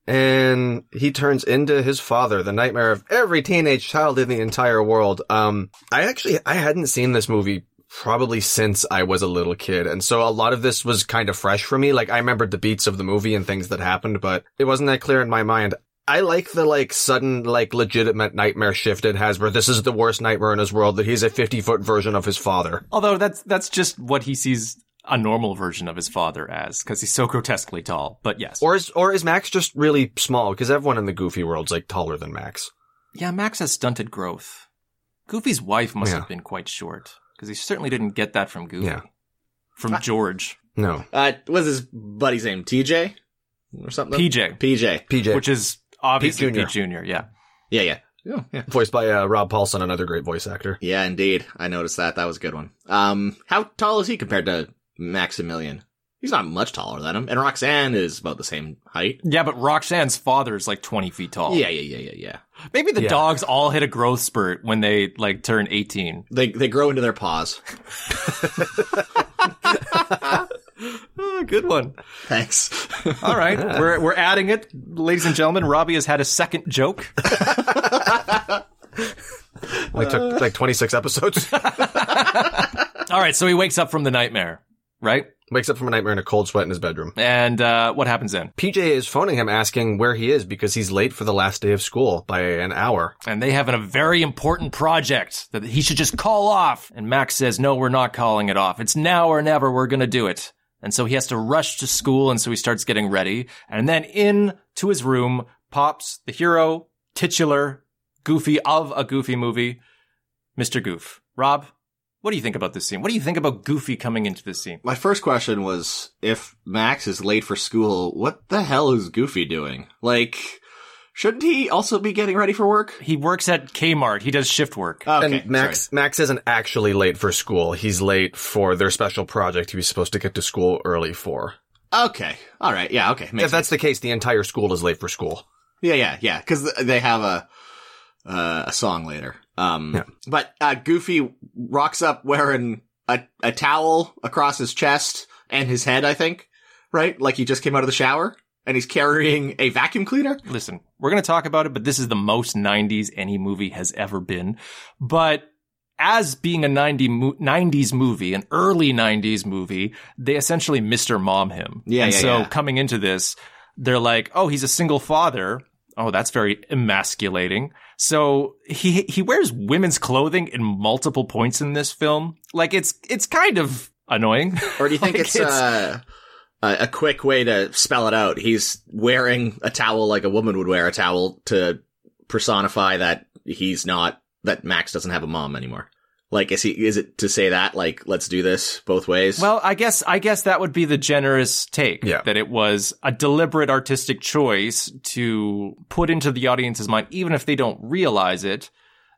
and he turns into his father, the nightmare of every teenage child in the entire world. Um, I actually I hadn't seen this movie probably since I was a little kid, and so a lot of this was kind of fresh for me. Like I remembered the beats of the movie and things that happened, but it wasn't that clear in my mind. I like the like sudden like legitimate nightmare shift it has where this is the worst nightmare in his world that he's a 50 foot version of his father.
Although that's that's just what he sees a normal version of his father as, because he's so grotesquely tall. But yes.
Or is or is Max just really small? Because everyone in the Goofy world's like taller than Max.
Yeah, Max has stunted growth. Goofy's wife must
Yeah.
have been quite short because he certainly didn't get that from Goofy.
Yeah.
From George,
No,
Uh, what's his buddy's name? TJ or something?
PJ,
PJ.
PJ,
which is obviously
Pete
Pete Junior. Yeah,
Yeah, yeah. Oh, yeah.
voiced by uh, Rob Paulson, another great voice actor.
Yeah, indeed. I noticed that. That was a good one. Um, how tall is he compared to Maximilian? He's not much taller than him. And Roxanne is about the same height.
yeah. But Roxanne's father is like twenty feet tall.
Yeah, yeah, yeah, yeah, yeah.
Maybe the
Yeah.
dogs all hit a growth spurt when they like turn eighteen.
They they grow into their paws.
Ah, good one.
Thanks.
All right, we're we're adding it, ladies and gentlemen. Robbie has had a second joke.
Like took like twenty six episodes.
All right, so he wakes up from the nightmare, right?
Wakes up from a nightmare in a cold sweat in his bedroom.
And uh, what happens then?
PJ is phoning him asking where he is because he's late for the last day of school by an hour.
and they have a very important project that he should just call off. And Max says, No, we're not calling it off. It's now or never. We're going to do it. And so he has to rush to school. And so he starts getting ready. And then in to his room pops the hero, titular, goofy of a goofy movie, Mr. Goof. Rob, what do you think about this scene? What do you think about Goofy coming into this scene?
My first question was if Max is late for school, what the hell is Goofy doing? Like, shouldn't he also be getting ready for work?
He works at Kmart. He does shift work.
Okay,
and Max Max isn't actually late for school. He's late for their special project he was supposed to get to school early for.
sorry. Okay. All right. Yeah. Okay. Makes
if that's the case, the entire school is late for school.
Yeah, yeah, yeah. Because they have a uh, a song later. Um,
Yeah.
but uh, Goofy rocks up wearing a a towel across his chest and his head. I think right, like he just came out of the shower and he's carrying a vacuum cleaner.
listen, we're going to talk about it, but this is the most 90s any movie has ever been. But as being a 90 mo- 90s movie, an early 90s movie, they essentially Mr. Mom him.
Yeah,
And
yeah,
so
yeah.
coming into this, they're like, oh, he's a single father. Oh, that's very emasculating. So he he wears women's clothing in multiple points in this film. Like it's it's kind of annoying.
Or do you think
Like,
it's, uh, a a quick way to spell it out? He's wearing a towel like a woman would wear a towel to personify that he's not that Max doesn't have a mom anymore. Like is he is it to say that like let's do this both ways?
Well, I guess I guess that would be the generous take
Yeah.
that it was a deliberate artistic choice to put into the audience's mind, even if they don't realize it,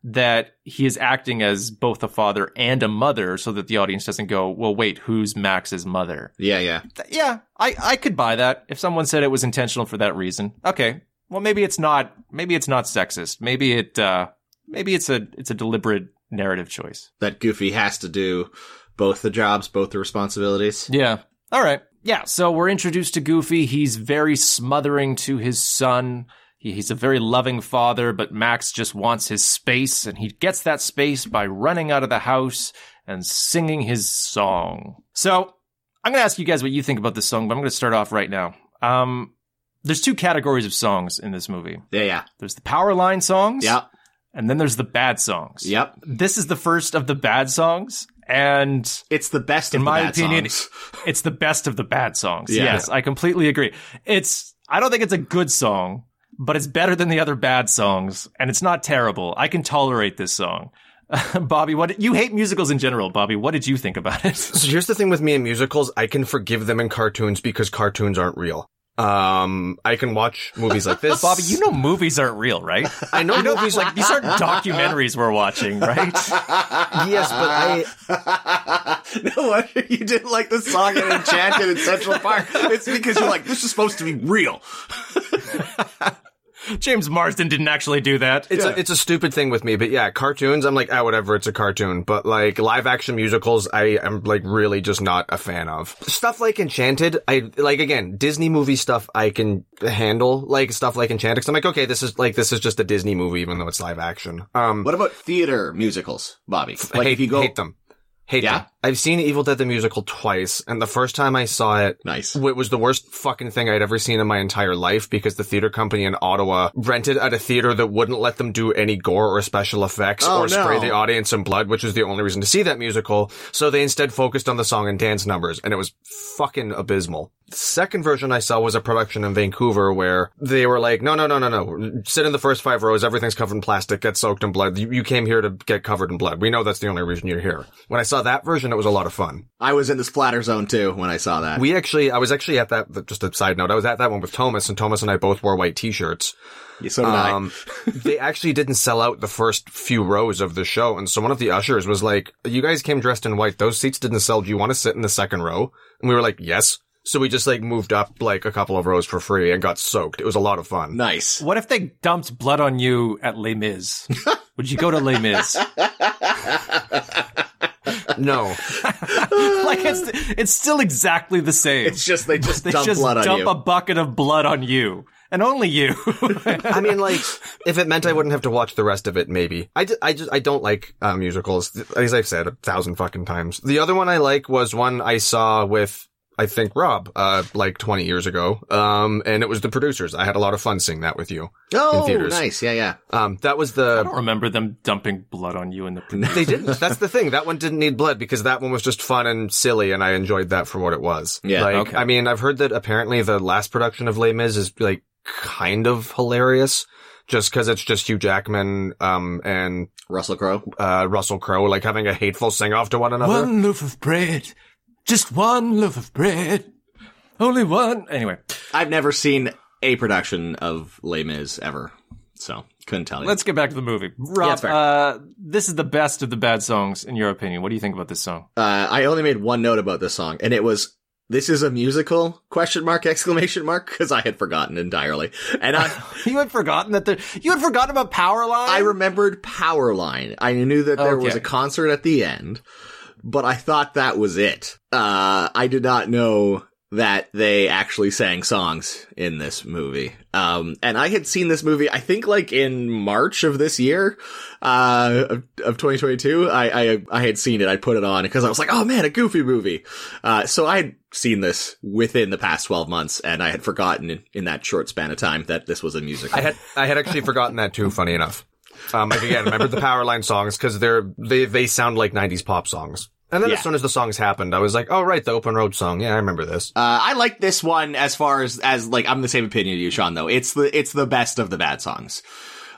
that he is acting as both a father and a mother, so that the audience doesn't go, "Well, wait, who's Max's mother?"
yeah, yeah.
Th- yeah, I I could buy that if someone said it was intentional for that reason. Okay, well maybe it's not. Maybe it's not sexist. Maybe it. Uh, maybe it's a it's a deliberate narrative choice.
that Goofy has to do both the jobs, both the responsibilities.
Yeah. All right. Yeah. So we're introduced to Goofy. He's very smothering to his son. He- He's a very loving father, but Max just wants his space, and he gets that space by running out of the house and singing his song. So I'm going to ask you guys what you think about this song, but I'm going to start off right now. Um, there's two categories of songs in this movie.
Yeah, yeah.
There's the power line songs,
Yep.
and then there's the bad songs.
Yep.
This is the first of the bad songs, and
It's the best
in
of the
my
bad
opinion,
songs.
it's the best of the bad songs.
Yeah.
Yes, I completely agree. It's I don't think it's a good song, but it's better than the other bad songs, and it's not terrible. I can tolerate this song. Bobby, what you hate musicals in general, Bobby. What did you think about it?
So here's the thing with me and musicals, I can forgive them in cartoons because cartoons aren't real. Um, I can watch movies like this.
Bobby, you know movies aren't real, right?
I know
You know
movies
these like these aren't documentaries we're watching, right?
yes, but I
no wonder you didn't like the song in Enchanted in Central Park. It's because you're like, this is supposed to be real.
James Marsden didn't actually do that.
It's a, it's a stupid thing with me, but yeah, cartoons. I'm like, ah, whatever. It's a cartoon, but like live action musicals, I am like really just not a fan of stuff like Enchanted. I like again Disney movie stuff. I can handle like stuff like Enchanted. 'cause I'm like, okay, this is like this is just a Disney movie, even though it's live action. Um,
What about theater musicals, Bobby?
I
Like
hate,
if you go,
hate them. Hate
Yeah?
them. I've seen Evil Dead the musical twice, and the first time I saw it,
nice.
it was the worst fucking thing I'd ever seen in my entire life because the theater company in Ottawa rented at a theater that wouldn't let them do any gore or special effects
Oh,
or spray
no.
the audience in blood, which was the only reason to see that musical. So they instead focused on the song and dance numbers, and it was fucking abysmal. The second version I saw was a production in Vancouver where they were like, no, no, no, no, no. Sit in the first five rows. Everything's covered in plastic. Get soaked in blood. You, you came here to get covered in blood. We know that's the only reason you're here. When I saw that version, it was a lot of fun.
I was in the splatter zone too when I saw that.
We actually, I was actually at that, just a side note, I was at that one with Thomas, and Thomas and I both wore white t-shirts.
so did I.
Um, they actually didn't sell out the first few rows of the show, and so one of the ushers was like, you guys came dressed in white, those seats didn't sell, do you want to sit in the second row? And we were like, yes. So we just like moved up like a couple of rows for free and got soaked. It was a lot of fun.
Nice.
What if they dumped blood on you at Les Mis? Would you go to Les Mis?
No.
like it's it's still exactly the same.
It's just they just
they
dump
just
blood
dump
on you.
a bucket of blood on you and only you.
I mean, like, if it meant I wouldn't have to watch the rest of it, maybe. I, ju- I just, I don't like uh, musicals, th- as I've said a thousand fucking times. The other one I like was one I saw with, I think, Rob, uh, like 20 years ago. Um, and it was The Producers. I had a lot of fun seeing that with you.
oh,
theaters.
nice. Yeah, yeah.
Um, that was the,
I don't remember them dumping blood on you in the.
they didn't. That's the thing. That one didn't need blood because that one was just fun and silly, and I enjoyed that for what it was.
Yeah,
Like,
okay.
I mean, I've heard that apparently the last production of Les Mis is like kind of hilarious, just because it's just Hugh Jackman um, and
Russell Crowe.
uh, Russell Crowe like having a hateful sing off to one another.
loaf of bread, just one loaf of bread, only one. Anyway,
I've never seen a production of Les Mis ever, so couldn't tell you.
let's get back to the movie.
Yeah,
Rob,
it's fair.
uh, this is the best of the bad songs in your opinion. What do you think about this song?
uh, I only made one note about this song, and it was this is a musical question mark exclamation mark because I had forgotten entirely, and I
You had forgotten that there. You had forgotten about Powerline.
I remembered Powerline. I knew that there was
Okay.
a concert at the end, but I thought that was it. Uh, I did not know that they actually sang songs in this movie. Um, and I had seen this movie, I think like in March of this year, uh, of, of 2022. I, I, I had seen it. I put it on because I was like, oh man, a goofy movie. Uh, so I had seen this within the past 12 months and I had forgotten in, in that short span of time that this was a musical.
I had I had actually forgotten that too. Funny enough, um, like again, remember the Powerline songs because they're they they sound like '90s pop songs. And then
Yeah.
as soon as the songs happened, I was like, "Oh right, the open road song. Yeah, I remember this."
Uh, I like this one as far as as like I'm the same opinion you, Sean. Though it's the it's the best of the bad songs.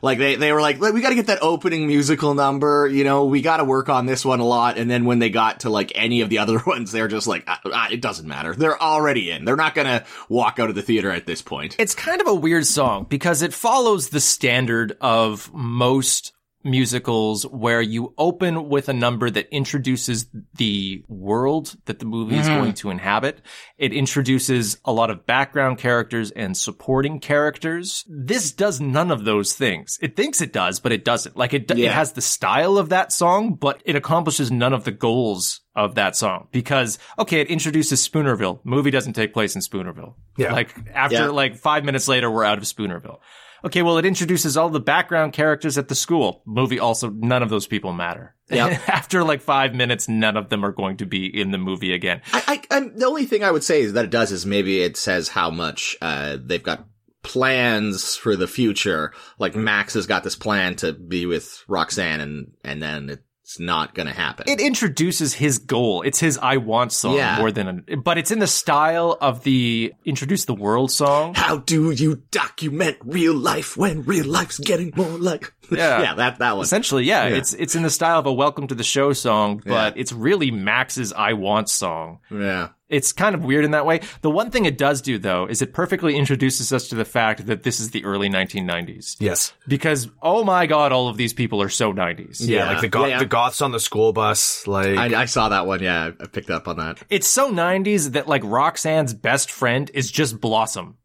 Like they they were like "Look, we got to get that opening musical number. You know we got to work on this one a lot. And then when they got to like any of the other ones, they're just like "Ah, ah, it doesn't matter. They're already in. They're not gonna walk out of the theater at this point.
It's kind of a weird song because it follows the standard of most musicals where you open with a number that introduces the world that the movie is going to inhabit. It introduces a lot of background characters and supporting characters. This does none of those things. It thinks it does, but it doesn't. Like it, it
Yeah.
has the style of that song, but it accomplishes none of the goals of that song because okay, it introduces Spoonerville. Movie doesn't take place in Spoonerville.
Yeah.
Like after
Yeah.
like five minutes later, we're out of Spoonerville. Okay, well, it introduces all the background characters at the school. Movie also, none of those people matter.
Yep.
After like five minutes, none of them are going to be in the movie again.
I, I, I'm, the only thing I would say is that it does is maybe it says how much uh, they've got plans for the future. Like Max has got this plan to be with Roxanne, and and then it's not gonna happen.
It introduces his goal. It's his I Want song
Yeah.
more than, a, but it's in the style of the Introduce the World song.
How do you document real life when real life's getting more like?
Yeah.
yeah, that that one.
Essentially, yeah,
Yeah.
it's it's in the style of a Welcome to the Show song, but it's really Max's I Want song.
Yeah,
It's kind of weird in that way. The one thing it does do, though, is it perfectly introduces us to the fact that this is the early 1990s.
Yes.
Because, oh my god, all of these people are so 90s.
Yeah,
Yeah.
like the goth,
Yeah, yeah.
the goths on the school bus. Like
I, I saw that one. Yeah, I picked up on that.
It's so 90s that, like, Roxanne's best friend is just Blossom.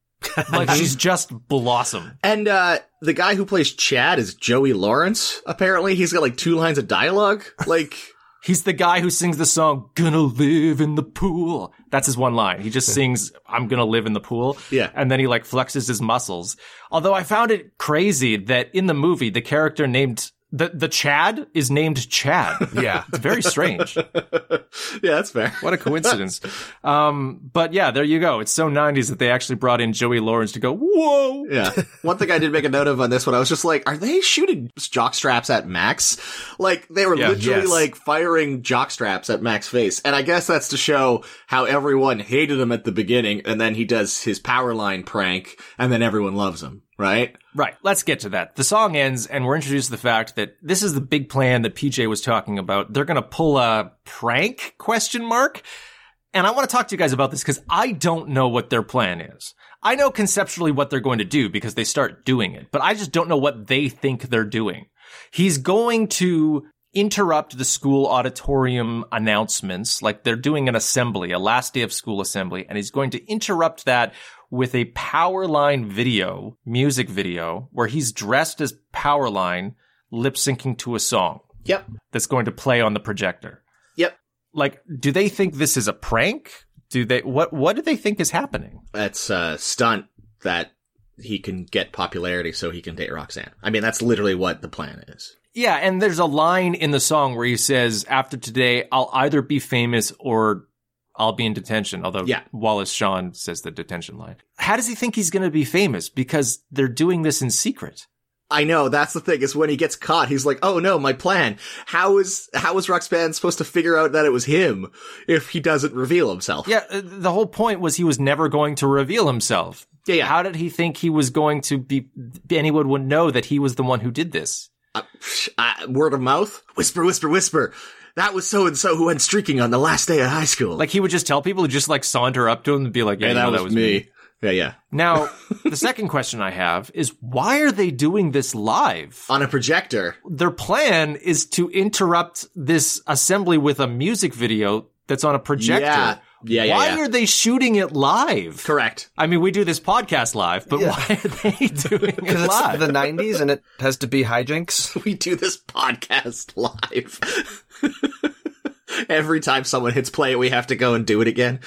like, she's just Blossom.
And uh, the guy who plays Chad is Joey Lawrence. Apparently, he's got like two lines of dialogue. Like,
He's the guy who sings the song, Gonna Live in the Pool. That's his one line. He just sings, I'm gonna live in the pool.
Yeah.
And then he, like, flexes his muscles. Although I found it crazy that in the movie, the character named, the, the Chad is named Chad.
yeah.
It's very strange.
yeah, that's fair.
What a coincidence. um, but yeah, there you go. It's so 90s that they actually brought in Joey Lawrence to go, whoa.
Yeah. One thing I did make a note of on this one, I was just like, are they shooting jock straps at Max? Like, they were
Yeah,
literally
yes.
like firing jock straps at Max's face. And I guess that's to show how everyone hated him at the beginning, and then he does his power line prank, and then everyone loves him, right?
Right. Let's get to that. The song ends, and we're introduced to the fact that this is the big plan that PJ was talking about. They're going to pull a prank question mark. And I want to talk to you guys about this because I don't know what their plan is. I know conceptually what they're going to do because they start doing it, but I just don't know what they think they're doing. He's going to interrupt the school auditorium announcements, like they're doing an assembly, a last day of school assembly, and he's going to interrupt that with a Powerline video, music video, where he's dressed as Powerline, lip syncing to a song
Yep.
that's going to play on the projector.
Yep.
Like, do they think this is a prank? Do they what what do they think is happening?
That's a stunt that he can get popularity so he can date Roxanne. I mean, that's literally what the plan is.
Yeah, and there's a line in the song where he says, "After today, I'll either be famous or I'll be in detention." Although
Yeah.
Wallace Shawn says the detention line. How does he think he's going to be famous because they're doing this in secret?
I know that's the thing is when he gets caught, he's like, "Oh no, my plan! How is how is Roxanne supposed to figure out that it was him if he doesn't reveal himself?"
Yeah, uh, the whole point was he was never going to reveal himself.
yeah, yeah.
How did he think he was going to be anyone would know that he was the one who did this?
uh, word of mouth, whisper, whisper, whisper. That was so and so who went streaking on the last day of high school.
Like he would just tell people to just like saunter up to him and be like, "Yeah,
yeah,
you
that,
know,
was me.
me.
Yeah, yeah.
Now, the second question I have is why are they doing this live?
On a projector.
Their plan is to interrupt this assembly with a music video that's on a projector.
Yeah, yeah, yeah.
why
yeah.
are they shooting it live?
Correct.
I mean, we do this podcast live, but
Yeah.
why are they doing it
Because it's
live?
the '90s and it has to be hijinks.
We do this podcast live. Every time someone hits play, we have to go and do it again.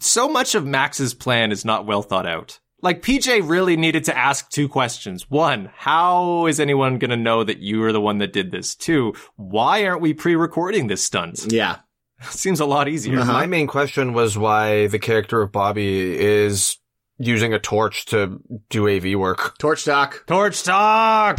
so much of Max's plan is not well thought out. Like PJ really needed to ask two questions. One, how is anyone going to know that you are the one that did this? Two, why aren't we pre-recording this stunt?
Yeah.
Seems a lot easier.
Uh-huh.
My main question was why the character of Bobby is using a torch to do AV work.
Torch talk.
Torch talk.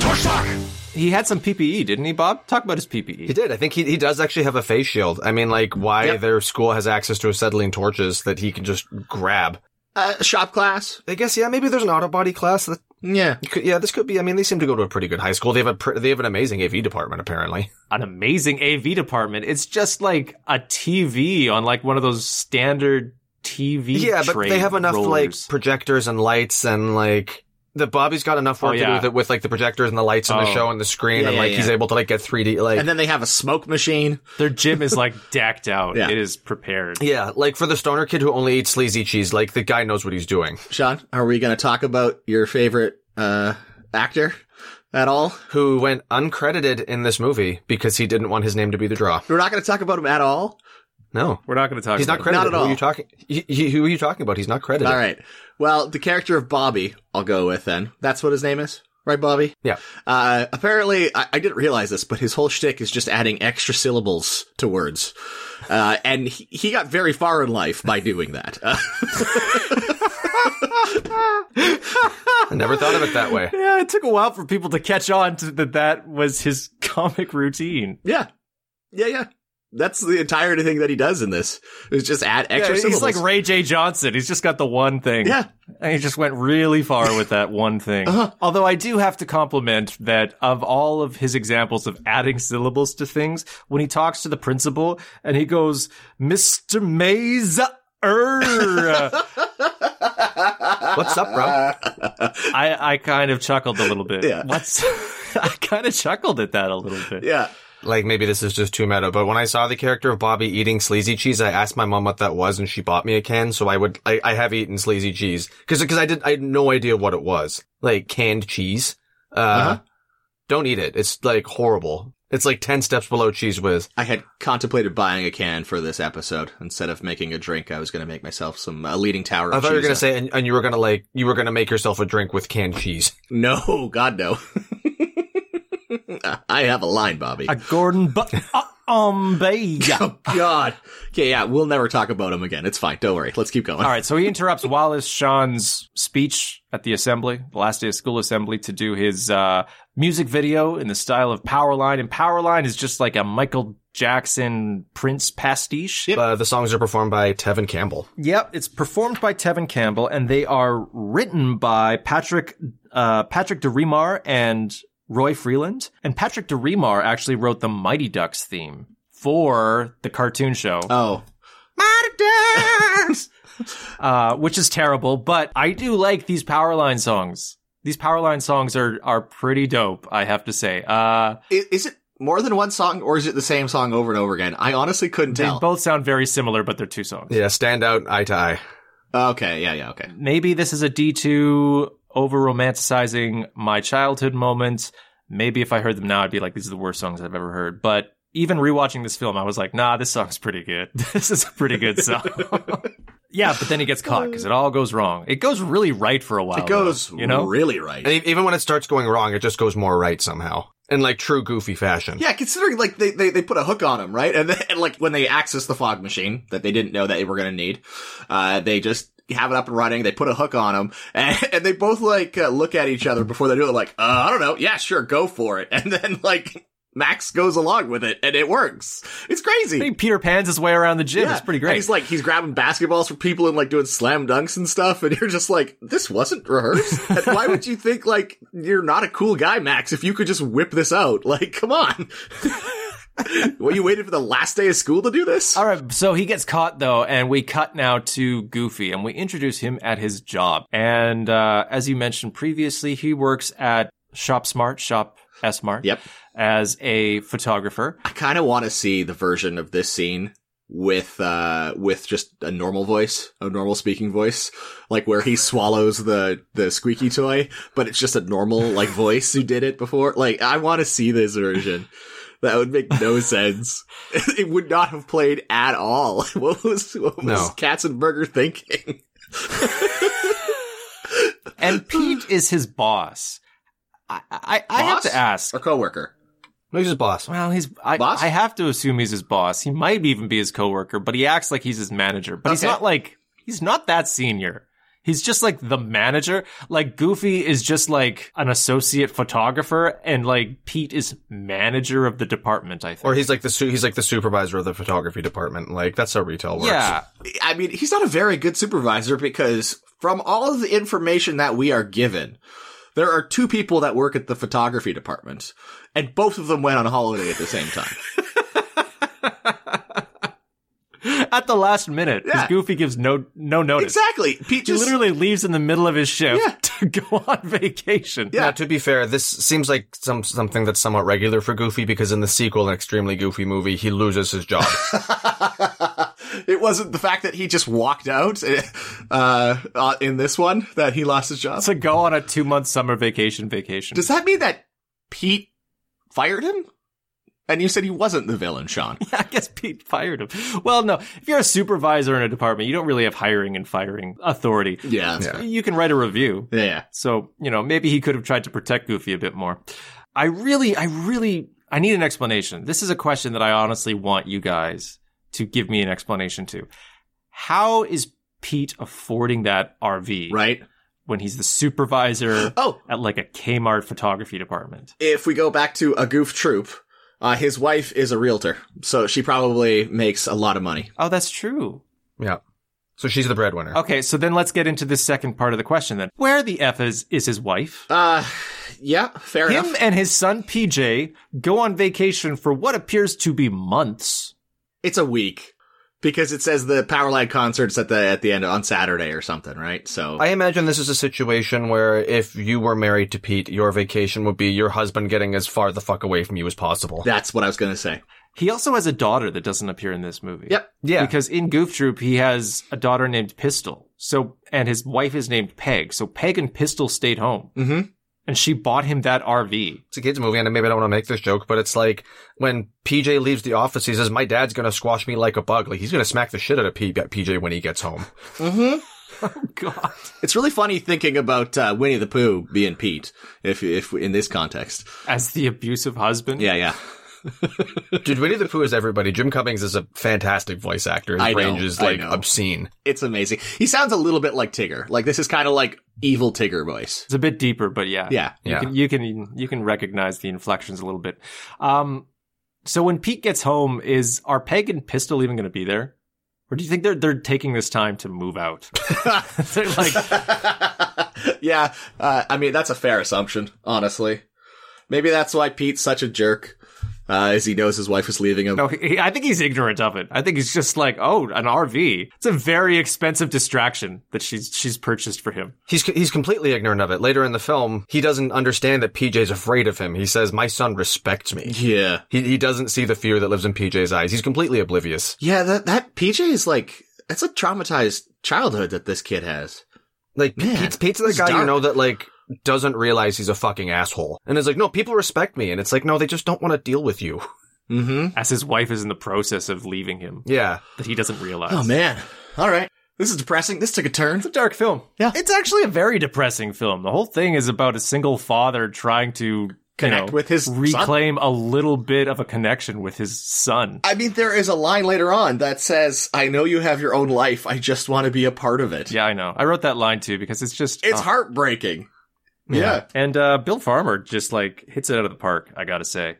Torch talk.
He had some PPE, didn't he, Bob? Talk about his E.
He
PPE.
did. I think he, he does actually have a face shield. I mean, like, why
Yep.
their school has access to acetylene torches that he can just grab.
Uh, shop class.
I guess, yeah, maybe there's an auto body class that
Yeah.
You could- yeah, this could be. I mean, they seem to go to a pretty good high school. They have a pr- they have an amazing AV department apparently.
An amazing AV department. It's just like a TV on like one of those standard TV.
Yeah, but
tray
they have enough like
rollers.
projectors and lights and like the Bobby's got enough work
Oh,
to do
yeah.
with, it, with like the projectors and the lights and the
Oh.
show and the screen
Yeah,
and
yeah,
like he's
yeah.
able to like get 3D like
And then they have a smoke machine.
Their gym is like decked out.
Yeah.
It is prepared.
yeah, like for the stoner kid who only eats sleazy cheese, like the guy knows what he's doing.
Sean, are we going to talk about your favorite uh, actor at all?
Who went uncredited in this movie because he didn't want his name to be the draw.
We're not going to talk about him at all.
No,
We're not going to talk.
he's
about
not
it.
Not at
credited. Who are
all.
you talking? He, he- who are you talking about? He's not credited.
All right. Well, the character of Bobby, I'll go with then. That's what his name is, right, Bobby?
Yeah.
Uh, apparently, I, I didn't realize this, but his whole shtick is just adding extra syllables to words, uh, and he, he got very far in life by doing that. Uh,
I never thought of it that way.
Yeah, it took a while for people to catch on to that that was his comic routine.
yeah, yeah, yeah. That's the entire thing that he does in this. Is just add
Yeah,
extra
he's
syllables.
like Ray J. Johnson. He's just got the one thing.
yeah, Uh-huh.
And he just went really far with that one thing. Although I do have to compliment that of all of his examples of adding syllables to things, when he talks to the principal and he goes, Mr. Mazer. I,
What's up, bro?
I kind of chuckled a little bit.
Yeah.
What's, I kind of chuckled at that a little bit.
yeah.
Like maybe this is just too meta, but when I saw the character of Bobby eating sleazy cheese, I asked my mom what that was, and she bought me a can. So I would, I, I have eaten sleazy cheese because I did, I had no idea what it was, like canned cheese. Uh,
Uh-huh.
don't eat it. It's like horrible. It's like ten steps below cheese whiz.
I had contemplated buying a can for this episode instead of making a drink. I was going to make myself some uh, leading tower.
I
of
thought you were
cheese.
gonna say, and, and you were gonna like, you were gonna make yourself a drink with canned cheese.
no, God no. I have a line, Bobby.
A Gordon but um baby.
oh God. Okay, yeah, we'll never talk about him again. It's fine. Don't worry. Let's keep going.
All right, so he interrupts Wallace Shawn's speech at the assembly, the last day of school assembly, to do his uh, music video in the style of Powerline. And Powerline is just like a Michael Jackson Prince pastiche.
Yep.
Uh, the songs are performed by Tevin Campbell.
Yep, it's performed by Tevin Campbell, and they are written by Patrick uh, Patrick DeRemar and Roy Freeland. And Patrick DeRemar actually wrote the Mighty Ducks theme for the cartoon show.
Oh,
uh, which is terrible. But I do like these Powerline songs. These Powerline songs are are pretty dope. I have to say. Uh,
is, is it more than one song, or is it the same song over and over again? I honestly couldn't
they
tell.
both sound very similar, but they're two songs.
Yeah, stand out eye to eye.
Uh, okay, yeah, yeah, okay.
Maybe this is a D two over romanticizing my childhood moment. Maybe if I heard them now, I'd be like, "These are the worst songs I've ever heard." But even rewatching this film, I was like, "Nah, this song's pretty good. This is a pretty good song." yeah, but then he gets caught because it all goes wrong. It goes really right for a while.
It goes,
though, you know,
really right.
And e- even when it starts going wrong, it just goes more right somehow. In like true goofy fashion.
Yeah, considering like they, they, they put a hook on him, right? And then and, like when they access the fog machine that they didn't know that they were gonna need, uh, they just have it up and running. They put a hook on him, and, and they both like uh, look at each other before they do it. Like, uh, I don't know, yeah, sure, go for it. And then like Max goes along with it, and it works. It's crazy.
I think Peter Pan's his way around the gym. It's pretty
And
great.
he's like he's grabbing basketballs from people and like doing slam dunks and stuff, and you're just like, this wasn't rehearsed. And why would you think like you're not a cool guy, Max? If you could just whip this out, like, come on. well, you waited for the last day of school to do this.
All right, so he gets caught though, and we cut now to Goofy, and we introduce him at his job. And uh, as you mentioned previously, he works at Shop Smart, Shop S Mart,
Yep.
as a photographer.
I kind of want to see the version of this scene with uh with just a normal voice a normal speaking voice like where he swallows the the squeaky toy but it's just a normal like voice who did it before like i want to see this version that would make no sense it would not have played at all what was what was
No.
katzenberger thinking
And Pete is his boss. I, I, I have
Boss?
to ask.
or coworker
No, he's his boss.
Well, he's I,
Boss?
I have to assume he's his boss. He might even be his coworker, but he acts like he's his manager. But he's
Okay.
not like he's not that senior. He's just like the manager. Like Goofy is just like an associate photographer, and like Pete is manager of the department. I think.
Or he's like the su- he's like the supervisor of the photography department. Like that's how retail works.
yeah,
I mean, he's not a very good supervisor because from all of the information that we are given, there are two people that work at the photography department, and both of them went on holiday at the same time.
at the last minute, 'cause
Yeah.
Goofy gives no no notice.
exactly. Pete
He
just
literally leaves in the middle of his shift
Yeah.
to go on vacation.
Yeah.
Now, to be fair, this seems like some something that's somewhat regular for Goofy because in the sequel, an extremely goofy movie, he loses his job.
it wasn't the fact that he just walked out eh, uh, uh, in this one that he lost his job.
To go on a two month summer vacation vacation.
Does that mean that Pete fired him? And you said he wasn't the villain, Sean.
I guess Pete fired him. Well, no, if you're a supervisor in a department, you don't really have hiring and firing authority.
Yeah. Yeah.
You can write a review.
yeah.
So, you know, maybe he could have tried to protect Goofy a bit more. I really, I really, I need an explanation. This is a question that I honestly want you guys to give me an explanation to. How is Pete affording that RV
Right.
when he's the supervisor
Oh,
at like a Kmart photography department?
if we go back to a goof troop Uh, his wife is a realtor, so she probably makes a lot of money.
Oh, that's true.
Yeah. So she's the breadwinner.
Okay, so then let's get into this second part of the question then. Where the F is, is his wife?
Uh, yeah, fair
Him
enough.
and his son PJ go on vacation for what appears to be months.
It's a week because it says the Powerline concerts at the at the end on Saturday or something, right? So
I imagine this is a situation where if you were married to Pete, your vacation would be your husband getting as far the fuck away from you as possible.
that's what I was gonna say.
He also has a daughter that doesn't appear in this movie.
Yep.
Yeah.
Because in Goof Troop, he has a daughter named Pistol. So, and his wife is named Peg. So Peg and Pistol stayed home.
Mhm.
And she bought him that RV.
It's a kids movie, and I maybe I don't want to make this joke, but it's like when PJ leaves the office, he says, "My dad's gonna squash me like a bug. Like he's gonna smack the shit out of P- PJ when he gets home."
God.
It's really funny thinking about uh, Winnie the Pooh being Pete, if if in this context.
As the abusive husband.
Yeah, yeah.
Dude, Winnie the Pooh is everybody. Jim Cummings is a fantastic voice actor. His
I know,
range is
I
like
know.
obscene.
It's amazing. He sounds a little bit like Tigger. Like this is kind of like evil Tigger voice.
It's a bit deeper, but yeah.
Yeah.
You
Yeah.
can you can you can recognize the inflections a little bit. Um so when Pete gets home, is are Peg and Pistol even gonna be there? Or do you think they're they're taking this time to move out? they're like
yeah, uh, I mean that's a fair assumption, honestly. Maybe that's why Pete's such a jerk, uh, as he knows his wife is leaving him.
no, he, I think he's ignorant of it. I think he's just like, oh, an RV. It's a very expensive distraction that she's she's purchased for him.
He's he's completely ignorant of it. Later in the film, he doesn't understand that PJ's afraid of him. He says, "My son respects me."
Yeah,
He he doesn't see the fear that lives in PJ's eyes. He's completely oblivious.
yeah. That that PJ is like that's a traumatized childhood that this kid has.
Like
Man,
Pete's, Pete's the
it's
guy you
dark.
know that like doesn't realize he's a fucking asshole, and is like, "No, people respect me," and it's like, "No, they just don't want to deal with you."
Mm-hmm.
As his wife is in the process of leaving him
Yeah,
that he doesn't realize.
Oh man. All right. This is depressing. This took a turn.
It's a dark film.
Yeah.
It's actually a very depressing film. The whole thing is about a single father trying to
Connect
you know,
with his son.
reclaim a little bit of a connection with his son.
I mean, there is a line later on that says, "I know you have your own life. I just want to be a part of it."
Yeah, I know. I wrote that line too because it's just
It's
oh.
heartbreaking. Uh. yeah.
And uh, Bill Farmer just like hits it out of the park. I gotta say,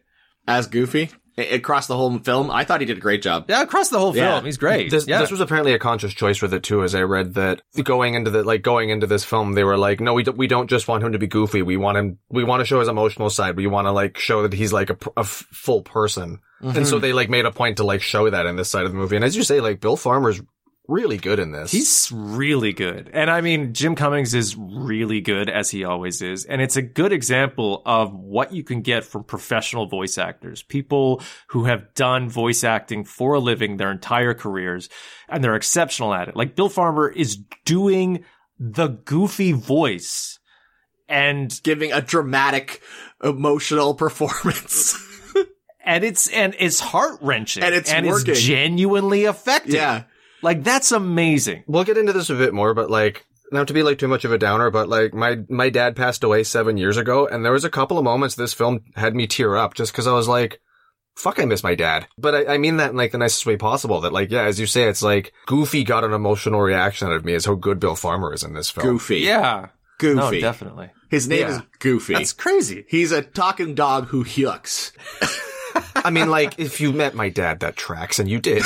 as Goofy a- across the whole film. I thought he did a great job.
yeah, across the whole film,
Yeah.
he's great.
this,
yeah.
this was apparently a conscious choice with it too. As I read that going into the like going into this film, they were like, "No, we don't, we don't just want him to be goofy. We want him. We want to show his emotional side. We want to like show that he's like a, pr- a f- full person."
Mm-hmm.
Mm-hmm.
And so they like made a point to like show that in this side of the movie. And as you say, like Bill Farmer's really good in this.
He's really good. And I mean, Jim Cummings is really good as he always is. And it's a good example of what you can get from professional voice actors, people who have done voice acting for a living their entire careers and they're exceptional at it. Like Bill Farmer is doing the goofy voice and
Giving a dramatic, emotional performance.
and it's and it's heart-wrenching
And it's
and is
working.
genuinely effective.
yeah.
Like that's amazing.
we'll get into this a bit more, but like not to be like too much of a downer, but like my my dad passed away seven years ago, and there was a couple of moments this film had me tear up just because I was like, "Fuck, I miss my dad." But I, I mean that in like the nicest way possible. That like, yeah, as you say, it's like Goofy got an emotional reaction out of me is how good Bill Farmer is in this film.
Goofy.
Yeah. No,
Goofy.
definitely.
His name
Yeah.
is Goofy.
That's crazy.
He's a talking dog who yucks.
I mean, like if you met my dad, that tracks, and you did.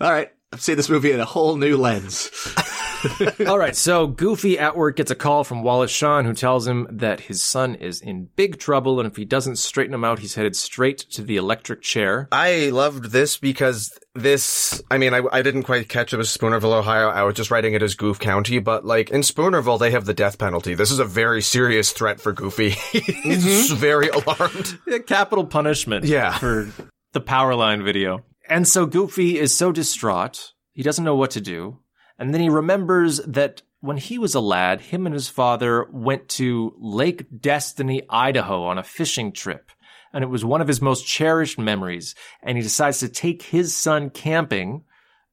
All right. I've seen this movie in a whole new lens.
All right, so Goofy at work gets a call from Wallace Shawn, who tells him that his son is in big trouble, and if he doesn't straighten him out, he's headed straight to the electric chair.
I loved this because this, I mean, I, I didn't quite catch it as Spoonerville, Ohio. I was just writing it as Goof County, but like in Spoonerville, they have the death penalty. This is a very serious threat for Goofy.
Mm-hmm.
He's very alarmed.
Capital punishment.
Yeah.
For the power line video. And so Goofy is so distraught, he doesn't know what to do. And then he remembers that when he was a lad, him and his father went to Lake Destiny, Idaho on a fishing trip. And it was one of his most cherished memories. And he decides to take his son camping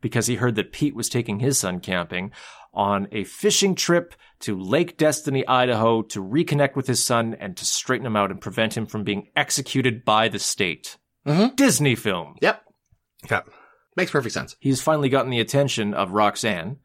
because he heard that Pete was taking his son camping on a fishing trip to Lake Destiny, Idaho to reconnect with his son and to straighten him out and prevent him from being executed by the state. Disney film.
Yep.
Yeah.
Makes perfect sense.
He's finally gotten the attention of Roxanne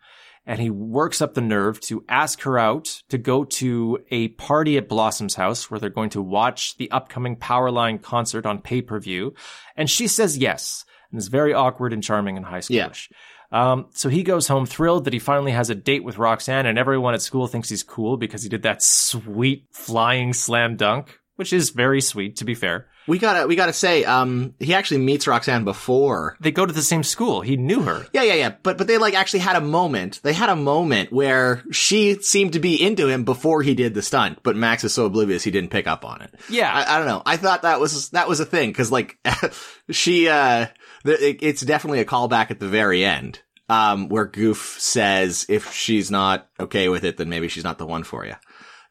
and he works up the nerve to ask her out to go to a party at Blossom's house where they're going to watch the upcoming Powerline concert on pay per view. And she says yes and is very awkward and charming and high schoolish. Um, so he goes home thrilled that he finally has a date with Roxanne, and everyone at school thinks he's cool because he did that sweet flying slam dunk, which is very sweet, to be fair.
We gotta we gotta say, um, he actually meets Roxanne before.
They go to the same school. He knew her.
Yeah, yeah, yeah. But but they like actually had a moment. They had a moment where she seemed to be into him before he did the stunt, but Max is so oblivious he didn't pick up on it.
Yeah.
I, I don't know. I thought that was that was a thing because like she uh the, it, it's definitely a callback at the very end um where Goof says if she's not okay with it then maybe she's not the one for you.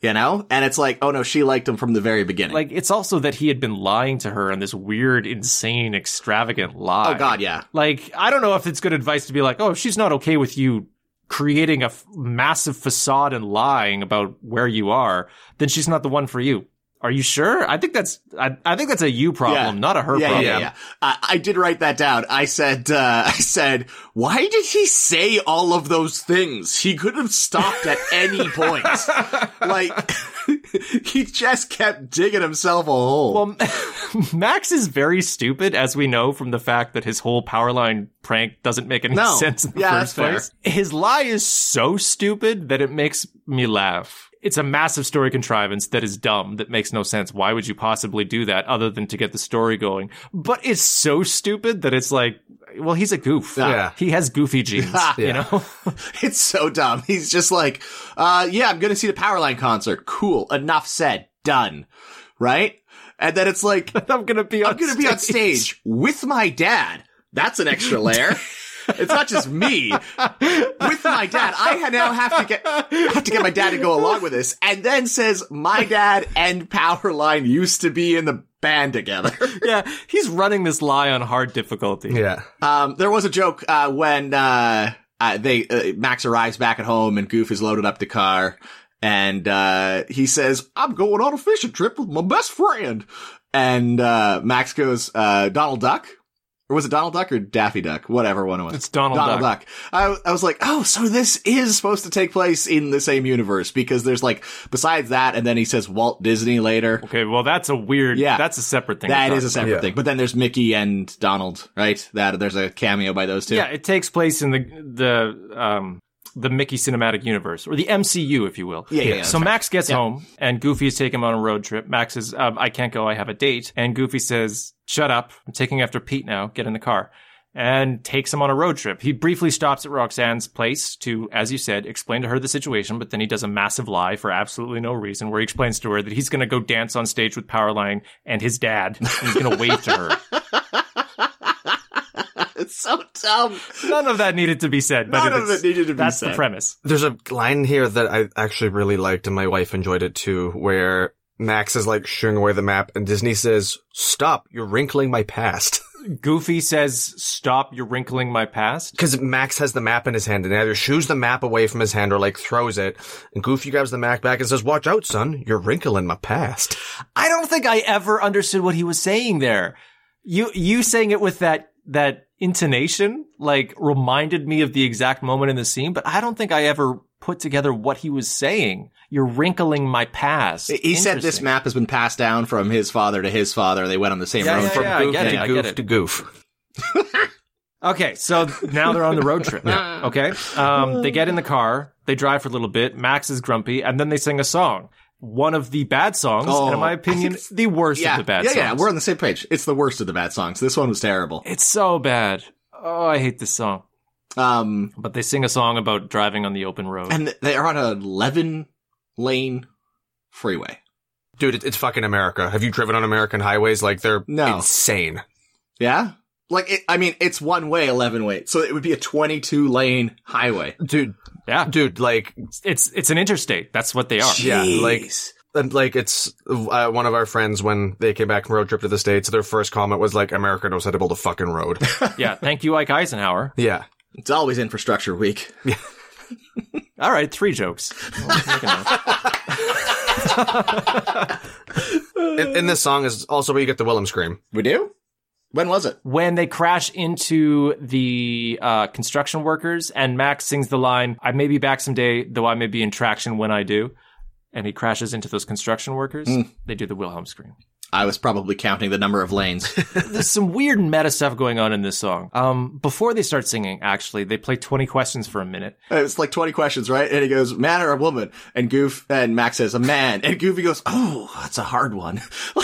You know? And it's like, oh no, she liked him from the very beginning.
Like it's also that he had been lying to her in this weird, insane, extravagant lie.
oh god, yeah.
Like I don't know if it's good advice to be like, oh, if she's not okay with you creating a f- massive facade and lying about where you are, then she's not the one for you. Are you sure? I think that's I, I think that's a you problem,
Yeah.
not a her
yeah,
problem.
yeah, yeah, I, I did write that down. I said, uh, I said, why did he say all of those things? He could have stopped at any point. Like, he just kept digging himself a hole.
Well, Max is very stupid, as we know from the fact that his whole power line prank doesn't make any
No.
sense in the
Yeah,
first
that's fair.
place. His lie is so stupid that it makes me laugh. It's a massive story contrivance that is dumb, that makes no sense. Why would you possibly do that other than to get the story going? But it's so stupid that it's like, well, he's a goof.
Yeah.
He has goofy genes, you know?
it's so dumb. He's just like, uh, yeah, I'm gonna see the Powerline concert. Cool. Enough said. Done. Right? And then it's like,
I'm going to be on
I'm gonna be on stage with my dad. That's an extra layer. It's not just me. With my dad, I now have to get have to get my dad to go along with this, and then says my dad and Powerline used to be in the band together.
Yeah, he's running this lie on hard difficulty.
Yeah.
Um, there was a joke uh, when uh, uh, they uh, Max arrives back at home and Goof is loaded up the car, and uh, he says, "I'm going on a fishing trip with my best friend," and uh, Max goes, uh, "Donald Duck." Or was it Donald Duck or Daffy Duck? Whatever one it was.
It's Donald Duck.
I, I was like, oh, so this is supposed to take place in the same universe because there's like, besides that, and then he says Walt Disney later.
Okay, well, that's a weird.
Yeah.
that's a separate thing.
That
to
is a
talk
separate
Yeah.
thing. But then there's Mickey and Donald, right? That there's a cameo by those two.
Yeah, it takes place in the the um the Mickey cinematic universe or the MCU, if you will.
Yeah, yeah, yeah,
so
that's
Max gets home and Goofy is taking him on a road trip. Max says, um, "I can't go. I have a date." And Goofy says, "Shut up. I'm taking after Pete now. Get in the car." And takes him on a road trip. He briefly stops at Roxanne's place to, as you said, explain to her the situation, but then he does a massive lie for absolutely no reason, where he explains to her that he's going to go dance on stage with Powerline and his dad. And he's going to wave to her.
It's so dumb.
None of that needed to be said. But
None of
it's-
it needed to be
That's the
said.
premise.
There's a line here that I actually really liked and my wife enjoyed it too, where Max is like shooing away the map and Disney says, stop, you're wrinkling my past.
Goofy says, "Stop! You're wrinkling my past."
Cause Max has the map in his hand and he either shoos the map away from his hand or like throws it. And Goofy grabs the map back and says, watch out, son, you're wrinkling my past.
I don't think I ever understood what he was saying there. You you saying it with that that intonation like reminded me of the exact moment in the scene, but I don't think I ever put together what he was saying. You're wrinkling my past.
He said this
Interesting.
map has been passed down from his father to his father. They went on the same
Yeah,
road
yeah,
trip.
From
yeah, I
goof
get it,
to
I
goof
get it.
to goof.
Okay, so now they're on the road trip. Okay. Um, they get in the car, they drive for a little bit, Max is grumpy, and then they sing a song. One of the bad songs, and in
Oh,
my
I
opinion,
think-
the worst
Yeah,
of the bad
yeah,
songs.
yeah. We're on the same page. It's the worst of the bad songs. This one was terrible.
It's so bad. Oh, I hate this song.
Um,
But they sing a song about driving on the open road.
and they are on a eleven lane freeway.
Dude, it- it's fucking America. Have you driven on American highways? Like they're
No.
insane.
Yeah, like it, I mean, it's one way, eleven way. So it would be a twenty-two lane highway.
Dude,
yeah,
dude, like
it's it's an interstate. That's what they are.
Yeah, like-
Jeez.
And like it's uh, one of our friends when they came back from road trip to the states, their first comment was like, "America knows how to build a fucking road."
yeah. Thank you, Ike Eisenhower.
yeah,
it's always infrastructure week.
All right, three jokes.
and, and this song is also where you get the Willem scream.
We do. When was it?
when they crash into the uh, construction workers and Max sings the line, I may be back someday, though I may be in traction when I do. And he crashes into those construction workers. They do the Wilhelm scream.
I was probably counting the number of lanes.
There's some weird meta stuff going on in this song. Um, before they start singing, actually, they play 20 questions for a minute.
it's like 20 questions, right? And he goes, man or a woman? And Goof and Max says, a man. And Goofy goes, oh, that's a hard one.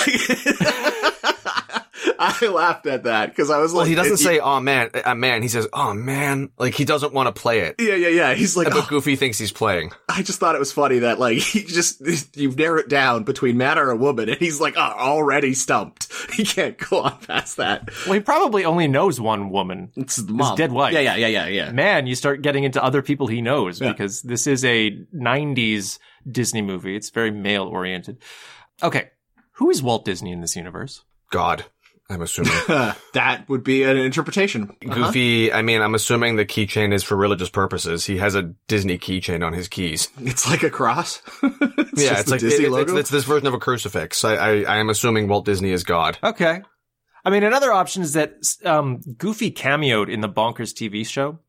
Like, I laughed at that because I was like,
Well, he doesn't
it-
say, "Oh man, uh, man." He says, "Oh man," like he doesn't want to play it,
yeah, yeah, yeah. He's like,
but
"Oh,
Goofy thinks he's playing.
I just thought it was funny that like you just you narrow it down between man or a woman, and he's like, oh, already stumped. He can't go on past that.
Well, he probably only knows one woman.
It's the mom.
dead wife.
Yeah, yeah, yeah, yeah, yeah.
Man, you start getting into other people he knows because this is a 90s Disney movie. It's very male oriented. Okay. Who is Walt Disney in this universe?
God, I'm assuming
Huh, that would be an interpretation.
Goofy. I mean, I'm assuming the keychain is for religious purposes. He has a Disney keychain on his keys.
It's like a cross. it's just
yeah, it's
the
like
Disney
it- it's,
logo.
it's this version of a crucifix. I, I, I am assuming Walt Disney is God.
Okay. I mean, another option is that um, Goofy cameoed in the Bonkers TV show.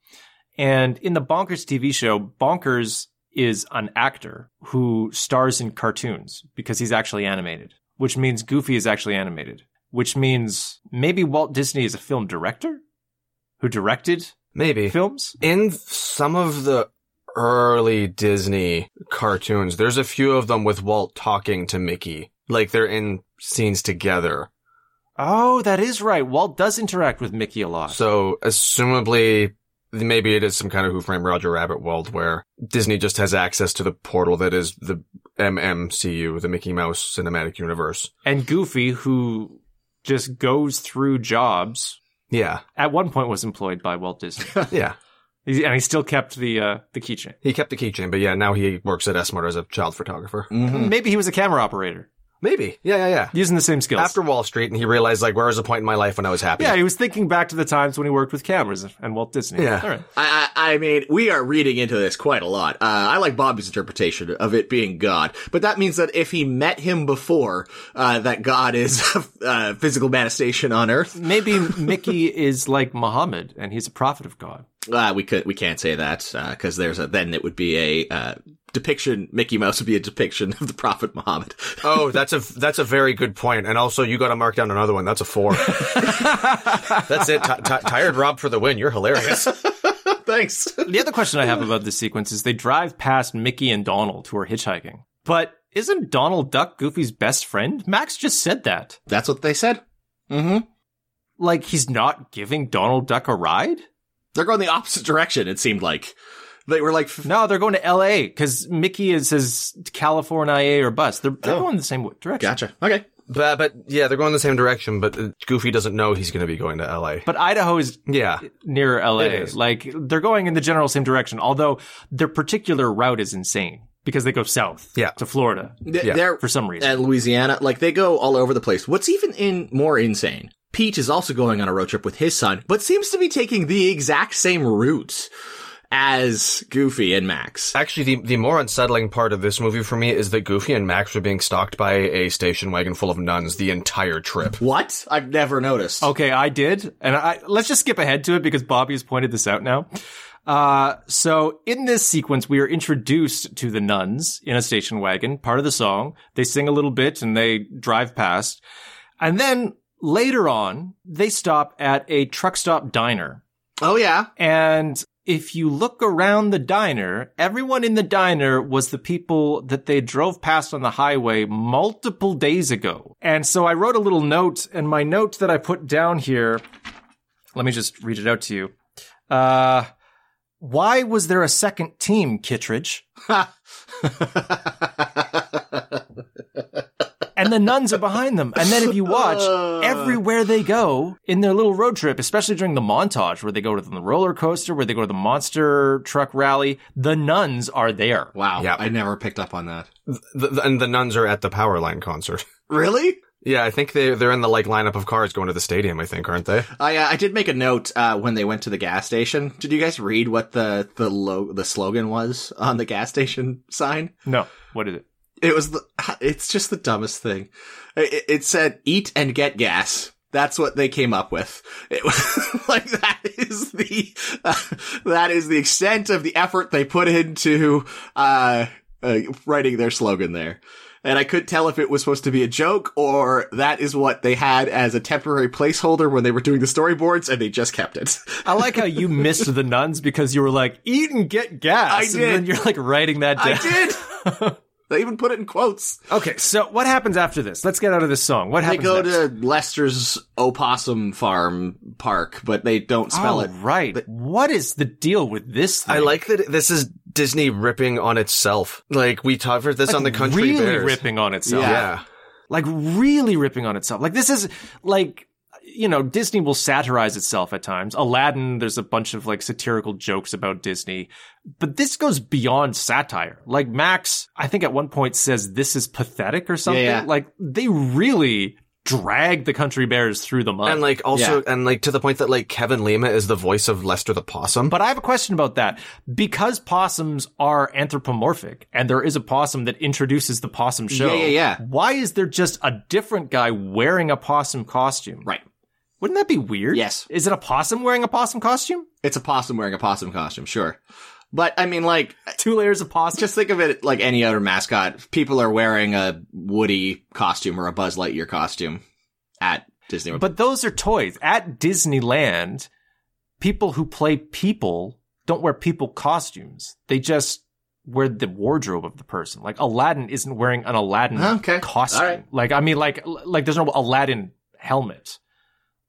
And in the Bonkers TV show, Bonkers is an actor who stars in cartoons because he's actually animated, which means Goofy is actually animated, which means maybe Walt Disney is a film director who directed
Maybe
films.
in some of the early Disney cartoons, there's a few of them with Walt talking to Mickey, like they're in scenes together.
Oh, that is right. Walt does interact with Mickey a lot.
So, assumably, maybe it is some kind of Who Framed Roger Rabbit world where Disney just has access to the portal that is the MMCU, the Mickey Mouse Cinematic Universe.
and Goofy, who just goes through jobs,
Yeah,
at one point was employed by Walt Disney.
yeah.
He- and he still kept the uh, the keychain.
He kept the keychain, but yeah, now he works at Esmart as a child photographer.
Mhm.
Maybe he was a camera operator
Maybe. Yeah, yeah, yeah.
using the same skills.
After Wall Street, and he realized, like, where was the point in my life when I was happy?
yeah, he was thinking back to the times when he worked with cameras and Walt Disney.
Yeah.
all right.
I, I, I mean, we are reading into this quite a lot. Uh, I like Bobby's interpretation of it being God, but that means that if he met him before, uh, that God is a uh, physical manifestation on Earth.
Maybe Mickey is like Muhammad and he's a prophet of God.
Uh, we could we can't say that because there's a then it would be a uh, depiction. Mickey Mouse would be a depiction of the Prophet Muhammad.
Oh, that's a that's a very good point. And also, you got to mark down another one. That's a four. that's it. Ti- ti- tired Rob for the win. You're hilarious.
Thanks.
The other question I have about this sequence is they drive past Mickey and Donald who are hitchhiking. But isn't Donald Duck Goofy's best friend? Max just said that.
That's what they said. Mm-hmm.
Like he's not giving Donald Duck a ride?
They're going the opposite direction. It seemed like they were like, f-
No, they're going to L.A. because Mickey is his California IA or bus. They're,
Oh.
they're going the same w- direction.
"Gotcha, okay."
but but yeah, they're going the same direction. But uh, Goofy doesn't know he's going to be going to L.A.
But Idaho is
Yeah,
near
It
LA.
is.
Like they're going in the general same direction, although their particular route is insane because they go south
Yeah.
to Florida
Th-
Yeah.
they're-
for some reason.
at Louisiana. Like they go all over the place. What's even in more insane? Pete is also going on a road trip with his son, but seems to be taking the exact same route as Goofy and Max.
actually, the the more unsettling part of this movie for me is that Goofy and Max were being stalked by a station wagon full of nuns the entire trip.
What? I've never noticed.
Okay, I did, and I let's just skip ahead to it because Bobby has pointed this out now. Uh, so in this sequence, we are introduced to the nuns in a station wagon, part of the song. They sing a little bit and they drive past, and then later on, they stop at a truck stop diner.
Oh yeah.
And if you look around the diner, everyone in the diner was the people that they drove past on the highway multiple days ago. And so I wrote a little note, and my note that I put down here, let me just read it out to you. Uh, why was there a second team, Kittredge? and the nuns are behind them. And then if you watch, everywhere they go in their little road trip, especially during the montage where they go to the roller coaster, where they go to the monster truck rally, the nuns are there.
Wow.
Yeah.
I never picked up on that.
The, the- and the nuns are at the Powerline concert.
Really?
Yeah, I think they they're in the like lineup of cars going to the stadium. I think, aren't they?
I uh, I did make a note uh, when they went to the gas station. Did you guys read what the the lo- the slogan was on the gas station sign?
No, what is it?
It was the, it's just the dumbest thing. It, it said "Eat and get gas." That's what they came up with. It was, like that is the uh, that is the extent of the effort they put into uh, uh, writing their slogan there. And I couldn't tell if it was supposed to be a joke or that is what they had as a temporary placeholder when they were doing the storyboards, and they just kept it.
I like how you missed the nuns because you were like, eat and get gas.
I did.
And then you're like writing that down.
I did. they even put it in quotes.
Okay, so what happens after this? Let's get out of this song. What
They
happens
go
next?
to Lester's opossum farm park, but they don't spell
oh,
it.
right. what is the deal with this thing?
I like that this is Disney ripping on itself. Like we covered this on the country
really
Bears.
ripping on itself.
Yeah.
Yeah.
Like really ripping on itself. Like this is like you know, Disney will satirize itself at times. Aladdin, there's a bunch of like satirical jokes about Disney. But this goes beyond satire. Like Max, I think at one point says this is pathetic or something.
yeah.
Like they really drag the country bears through the mud.
And like also and like to the point that like Kevin Lima is the voice of Lester the possum.
But I have a question about that. Because possums are anthropomorphic and there is a possum that introduces the possum show.
Yeah, yeah, yeah.
Why is there just a different guy wearing a possum costume?
Right.
Wouldn't that be weird?
Yes.
Is it a possum wearing a possum costume?
It's a possum wearing a possum costume, sure. But I mean, like,
Two layers of possum.
just think of it like any other mascot. People are wearing a Woody costume or a Buzz Lightyear costume at Disney World.
but those are toys. At Disneyland, people who play people don't wear people costumes. They just wear the wardrobe of the person. Like Aladdin isn't wearing an Aladdin
Oh, Okay.
costume.
All right.
Like I mean, like like there's no Aladdin helmet,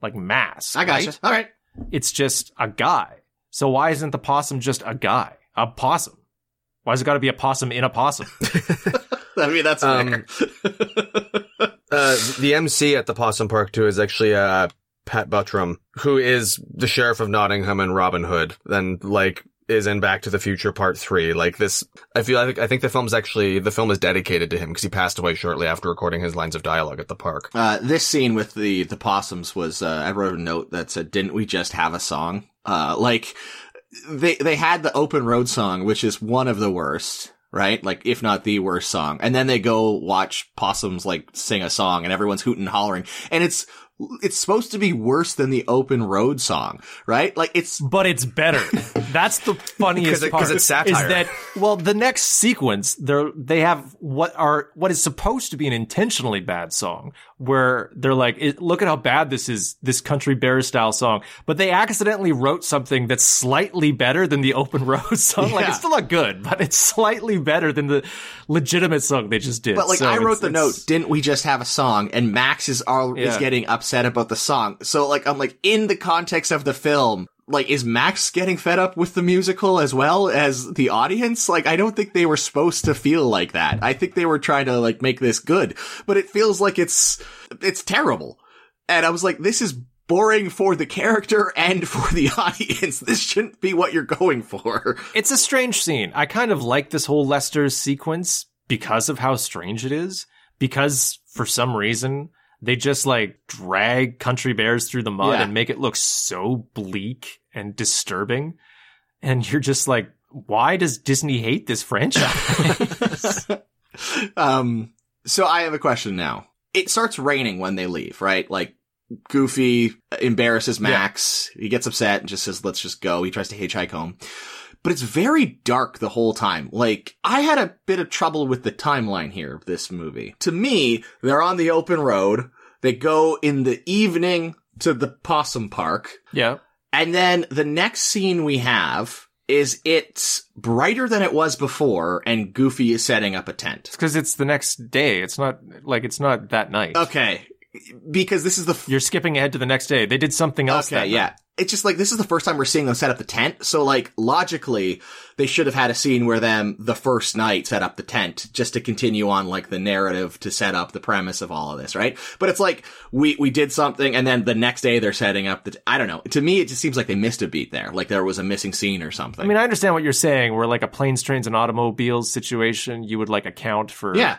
like mask.
I gotcha.
right?
All right.
It's just a guy. So why isn't the possum just a guy? A possum. Why has it got to be a possum in a possum?
I mean, that's
Um,
fair.
Uh, the MC at the Possum Park too is actually uh, Pat Buttram, who is the sheriff of Nottingham and Robin Hood, and like is in Back to the Future Part Three. Like this, I feel I think I think the film's actually the film is dedicated to him because he passed away shortly after recording his lines of dialogue at the park.
Uh, this scene with the the possums was uh, I wrote a note that said, "Didn't we just have a song?" Uh, like they they had the open road song, which is one of the worst, right? Like if not the worst song, and then they go watch possums like sing a song, and everyone's hooting and hollering, and it's it's supposed to be worse than the open road song, right? Like it's
but it's better. That's the funniest
'Cause it-
part.
'cause it's satire.
Is that well? The next sequence, they're they have what are what is supposed to be an intentionally bad song, where they're like, "It- "Look at how bad this is, this country bear style song." But they accidentally wrote something that's slightly better than the open road song. Like
Yeah.
it's still not good, but it's slightly better than the legitimate song they just did.
But like
So
I
it's-
wrote the
it's-
note, didn't we just have a song? And Max is all is
Yeah.
getting upset about the song. So like I'm like in the context of the film, like is Max getting fed up with the musical as well as the audience? Like I don't think they were supposed to feel like that. I think they were trying to like make this good, but it feels like it's it's terrible. And I was like, this is boring for the character and for the audience. This shouldn't be what you're going for.
It's a strange scene. I kind of like this whole Lester sequence because of how strange it is. Because for some reason, they just like drag country bears through the mud
Yeah.
and make it look so bleak and disturbing. And you're just like, why does Disney hate this franchise?
um, so I have a question now. It starts raining when they leave, right? Like, Goofy embarrasses Max. He gets upset and just says, let's just go. He tries to hitchhike home. But it's very dark the whole time. Like, I had a bit of trouble with the timeline here of this movie. To me, they're on the open road. They go in the evening to the possum park.
yeah.
And then the next scene we have is it's brighter than it was before and Goofy is setting up a tent.
It's because it's the next day. It's not like it's not that night.
Okay. Because this is the f-
You're skipping ahead to the next day. They did something else.
okay,
that night.
yeah. It's just like this is the first time we're seeing them set up the tent. So like logically, they should have had a scene where them the first night set up the tent just to continue on like the narrative to set up the premise of all of this, right? But it's like we we did something and then the next day they're setting up the t- I don't know. To me, it just seems like they missed a beat there. Like there was a missing scene or something.
I mean, I understand what you're saying. We're like a planes, trains, and automobiles situation. You would like account for
yeah.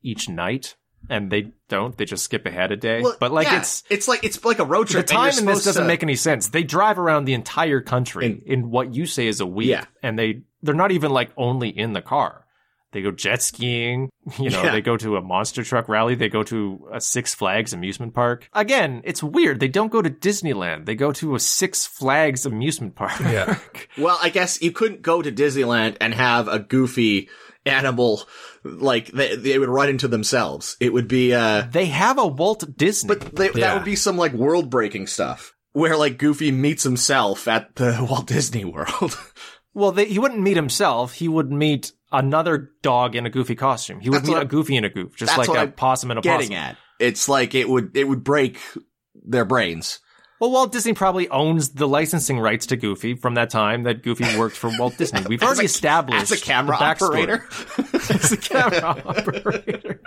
each night, and they don't. They just skip ahead a day.
Well,
but like
yeah,
it's
it's like it's like a road
the
trip. and you're
time in this
supposed
doesn't
to-
make any sense. They drive around the entire country
And-
in what you say is a week,
Yeah.
and they they're not even like only in the car. They go jet skiing. You know,
Yeah.
they go to a monster truck rally. They go to a Six Flags amusement park. Again, it's weird. They don't go to Disneyland. They go to a Six Flags amusement park.
Yeah.
Well, I guess you couldn't go to Disneyland and have a goofy animal like they, they would run into themselves. It would be uh
they have a Walt Disney.
but they, that
Yeah.
would be some like world breaking stuff where like Goofy meets himself at the Walt Disney World.
well, they, he wouldn't meet himself. He would meet another dog in a goofy costume. He would
That's
meet
what
a
I'm-
goofy in a goof, just
that's
like
what
a
I'm
possum and a
Getting
possum.
at. It's like it would it would break their brains.
Well, Walt Disney probably owns the licensing rights to Goofy from that time that Goofy worked for Walt Disney. We've
As
already
a-
established
As a camera
the backstory.
operator.
as a camera operator.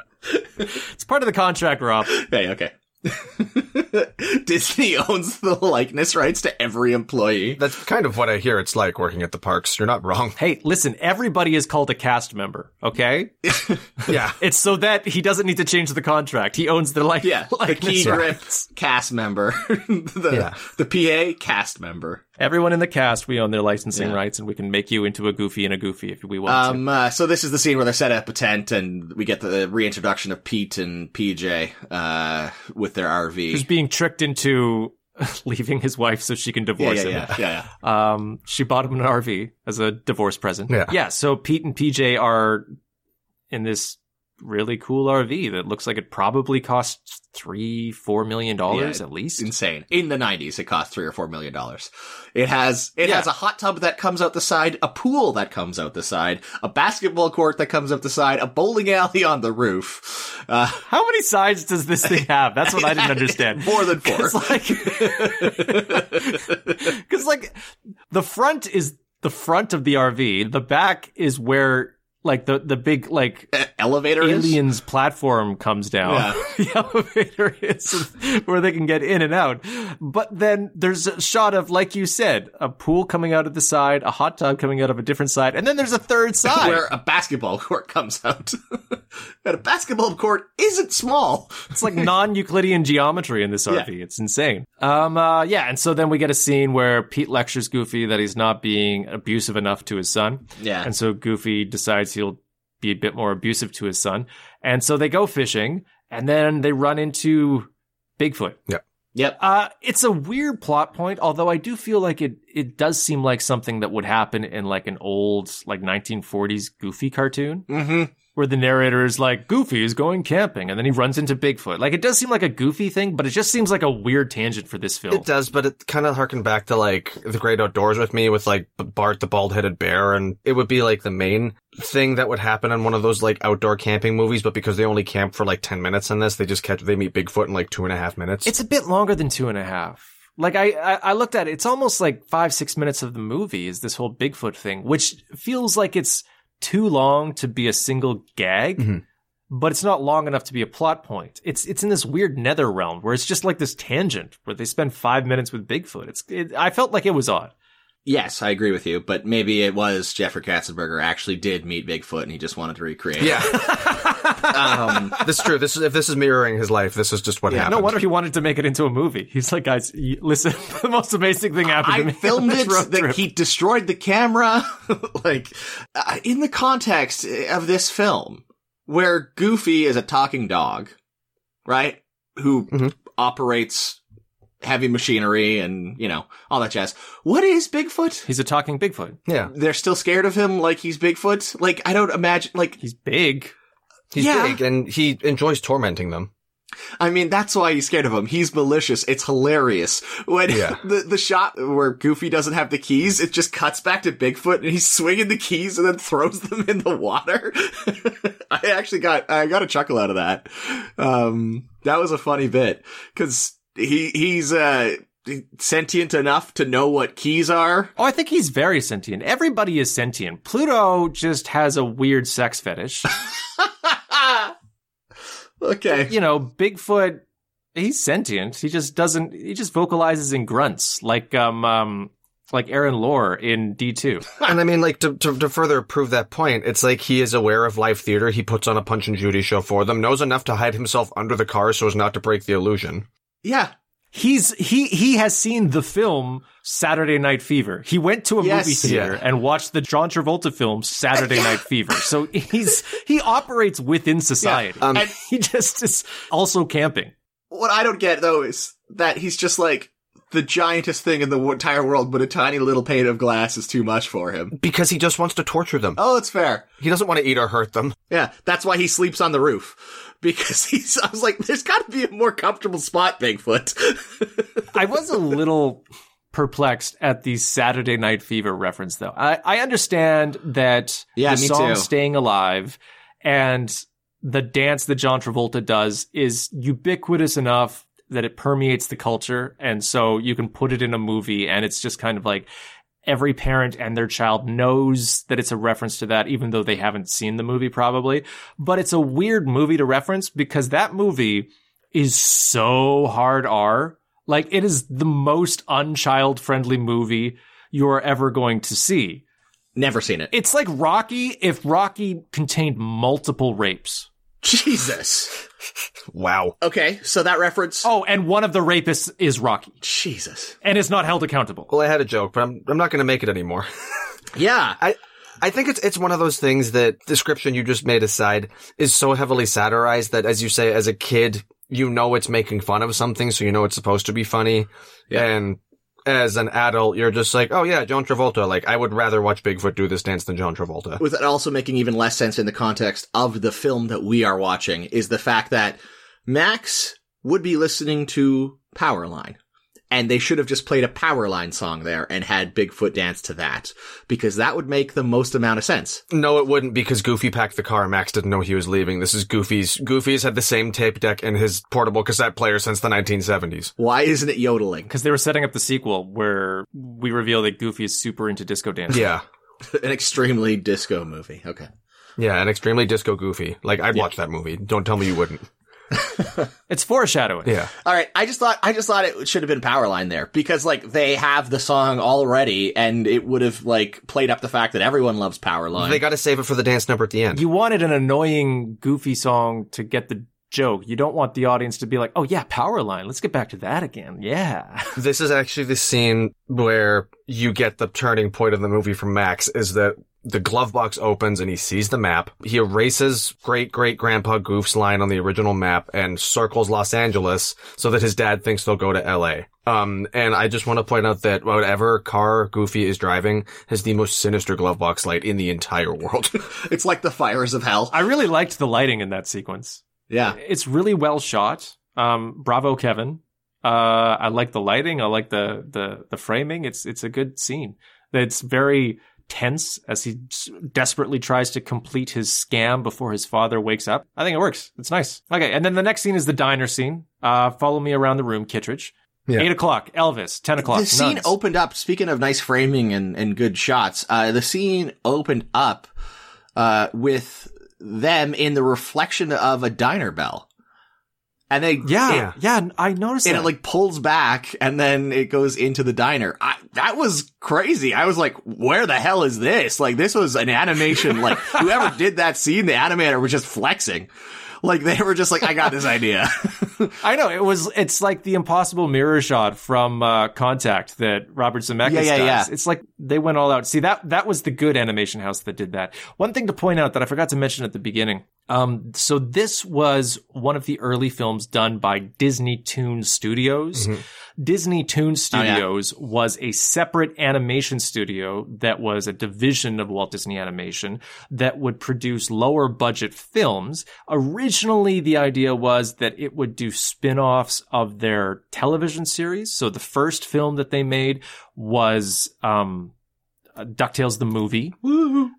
It's part of the contract, Rob.
hey, okay. Disney owns the likeness rights to every employee.
That's kind of what I hear it's like working at the parks. You're not wrong.
Hey, listen, everybody is called a cast member, okay?
Yeah.
It's so that he doesn't need to change the contract. He owns the like
Yeah, the key
likeness
grip
rights.
cast member, the the PA cast member.
Everyone in the cast, we own their licensing
Yeah.
rights, and we can make you into a goofy and a goofy if we want to.
Um, uh, so this is the scene where they set up a tent, and we get the reintroduction of Pete and PJ uh, with their
Who's
RV.
being tricked into leaving his wife so she can
Yeah,
divorce
yeah,
him.
yeah, yeah, yeah.
Um, she bought him an RV as a divorce present.
Yeah.
So Pete and PJ are in this really cool RV that looks like it probably costs three, four million dollars
Yeah,
at least.
It's insane. In the '90s, it cost three or four million dollars. It has it
Yeah.
has a hot tub that comes out the side, a pool that comes out the side, a basketball court that comes out the side, a bowling alley on the roof. Uh,
How many sides does this thing have? That's what I didn't understand.
More than four.
Because like, 'cause, like, the front is the front of the RV. The back is where like the the big like
elevator is.
aliens platform comes down.
Yeah.
the elevator is where they can get in and out. But then there's a shot of, like you said, a pool coming out of the side, a hot tub coming out of a different side, and then there's a third side.
Where a basketball court comes out. and a basketball court isn't small.
It's like non-Euclidean geometry in this RV. It's insane. Um, uh, yeah, and so then we get a scene where Pete lectures Goofy that he's not being abusive enough to his son,
Yeah.
and so Goofy decides he'll be a bit more abusive to his son, and so they go fishing, and then they run into Bigfoot.
yep.
Uh, it's a weird plot point, although I do feel like it it does seem like something that would happen in like an old like 1940s Goofy cartoon
Mm-hmm.
where the narrator is like Goofy is going camping and then he runs into Bigfoot. Like it does seem like a Goofy thing, but it just seems like a weird tangent for this film.
It does, but it kind of harkened back to like the great outdoors with me with like Bart the bald headed bear, and it would be like the main thing that would happen in one of those like outdoor camping movies. But because they only camp for like 10 minutes in this, they just catch, they meet Bigfoot in like two and a half minutes.
It's a bit longer than two and a half. Like I, I, I looked at it, it's almost like five, six minutes of the movie is this whole Bigfoot thing, which feels like it's too long to be a single gag,
Mm-hmm.
Mhm.
but it's not long enough to be a plot point. It's it's in this weird nether realm where it's just like this tangent where they spend five minutes with Bigfoot. It's it, I felt like it was odd.
Yes, I agree with you, but maybe it was Jeffrey Katzenberger actually did meet Bigfoot and he just wanted to recreate. it.
yeah,
Um,
this is true. This is, if this is mirroring his life, this is just what
Yeah, no
happened.
No wonder he wanted to make it into a movie. He's like, guys, you, listen, the most amazing thing happened to me.
I
on
filmed
this
it.
road
that
trip."
he destroyed the camera. like uh, in the context uh, of this film, where Goofy is a talking dog, right? Who
Mhm.
operates heavy machinery and you know all that jazz. What is Bigfoot?
He's a talking Bigfoot.
yeah,
They're still scared of him, like he's Bigfoot. Like I don't imagine. Like
He's big.
he's
Yeah.
big and he enjoys tormenting them.
I mean, that's why he's scared of him. He's malicious. It's hilarious. When
Yeah.
the, the shot where Goofy doesn't have the keys, it just cuts back to Bigfoot and he's swinging the keys and then throws them in the water. I actually got, I got a chuckle out of that. Um, that was a funny bit because he, he's, uh, sentient enough to know what keys are.
Oh, I think he's very sentient. Everybody is sentient. Pluto just has a weird sex fetish.
okay.
you know, Bigfoot, he's sentient. He just doesn't. He just vocalizes in grunts, like um, um like Aaron Lore in D two.
and I mean, like to, to to further prove that point, it's like he is aware of live theater. He puts on a Punch and Judy show for them, knows enough to hide himself under the car so as not to break the illusion.
Yeah.
He's he he has seen the film Saturday Night Fever. He went to a
Yes.
movie theater
Yeah.
and watched the John Travolta film Saturday Night Fever. So he's he operates within society.
um,
and he just is also camping.
What I don't get though is that he's just like the giantest thing in the wo- entire world, but a tiny little pane of glass is too much for him.
Because he just wants to torture them.
Oh, it's fair.
He doesn't want to eat or hurt them.
Yeah, that's why he sleeps on the roof. Because he's, I was like, there's got to be a more comfortable spot, Bigfoot.
I was a little perplexed at the Saturday Night Fever reference, though. I, I understand that
Yeah,
the
me
song
too.
"Staying Alive" and the dance that John Travolta does is ubiquitous enough that it permeates the culture, and so you can put it in a movie, and it's just kind of like every parent and their child knows that it's a reference to that, even though they haven't seen the movie probably. But it's a weird movie to reference because that movie is so hard R. Like it is the most unchild friendly movie you're ever going to see.
Never seen it.
It's like Rocky if Rocky contained multiple rapes.
Jesus.
Wow.
Okay, so that reference.
Oh, and one of the rapists is Rocky
Jesus.
and is not held accountable.
Well, I had a joke, but I'm, I'm not going to make it anymore.
Yeah.
I I think it's it's one of those things that description you just made aside is so heavily satirized that as you say as a kid you know it's making fun of something so you know it's supposed to be funny
Yeah.
and as an adult you're just like oh yeah John Travolta like I would rather watch Bigfoot do this dance than John Travolta.
With it also making even less sense in the context of the film that we are watching is the fact that Max would be listening to Powerline. And they should have just played a Powerline song there and had Bigfoot dance to that. Because that would make the most amount of sense.
No it wouldn't because Goofy packed the car and Max didn't know he was leaving. This is Goofy's Goofy's had the same tape deck and his portable cassette player since the 1970s.
Why isn't it yodeling?
Because they were setting up the sequel where we reveal that Goofy is super into disco dancing.
Yeah.
An extremely disco movie. Okay.
Yeah, an extremely disco goofy. Like I'd watch that movie. Don't tell me you wouldn't.
It's foreshadowing.
Yeah.
All right, I just thought I just thought it should have been Powerline there because like they have the song already, and it would have like played up the fact that everyone loves Powerline.
They got to save it for the dance number at the end.
You wanted an annoying, goofy song to get the joke. You don't want the audience to be like, oh, yeah, Powerline. Let's get back to that again. Yeah.
this is actually the scene where you get the turning point of the movie from Max is that the glove box opens and he sees the map. He erases great great grandpa Goof's line on the original map and circles Los Angeles so that his dad thinks they'll go to LA. Um, and I just want to point out that whatever car Goofy is driving has the most sinister glove box light in the entire world.
it's like the fires of hell.
I really liked the lighting in that sequence.
yeah,
It's really well shot. Um, bravo, Kevin. Uh, I like the lighting. I like the, the, the framing. It's, it's a good scene. It's very tense as he s- desperately tries to complete his scam before his father wakes up. I think it works. It's nice. Okay. And then the next scene is the diner scene. Uh, follow me around the room, Kittredge.
Yeah.
Eight o'clock, Elvis. Ten o'clock.
the scene
Nuns.
opened up. Speaking of nice framing and and good shots, uh, the scene opened up uh, with them in the reflection of a diner bell, and they
Yeah, yeah, I noticed
and
that.
it like pulls back and then it goes into the diner. I, that was crazy. I was like, where the hell is this? Like this was an animation. Like whoever did that scene, the animator was just flexing. Like they were just like, I got this idea.
I know it was. It's like the impossible mirror shot from uh, Contact that Robert Zemeckis
Yeah, yeah,
does.
yeah.
It's like they went all out. See that that was the good animation house that did that. One thing to point out that I forgot to mention at the beginning. Um, so this was one of the early films done by Disney Toon Studios.
Mm-hmm.
Disney Toon
yeah.
Studios was a separate animation studio that was a division of Walt Disney Animation that would produce lower budget films. Originally, the idea was that it would do spin offs of their television series. So the first film that they made was, um, uh, DuckTales the movie. Uh,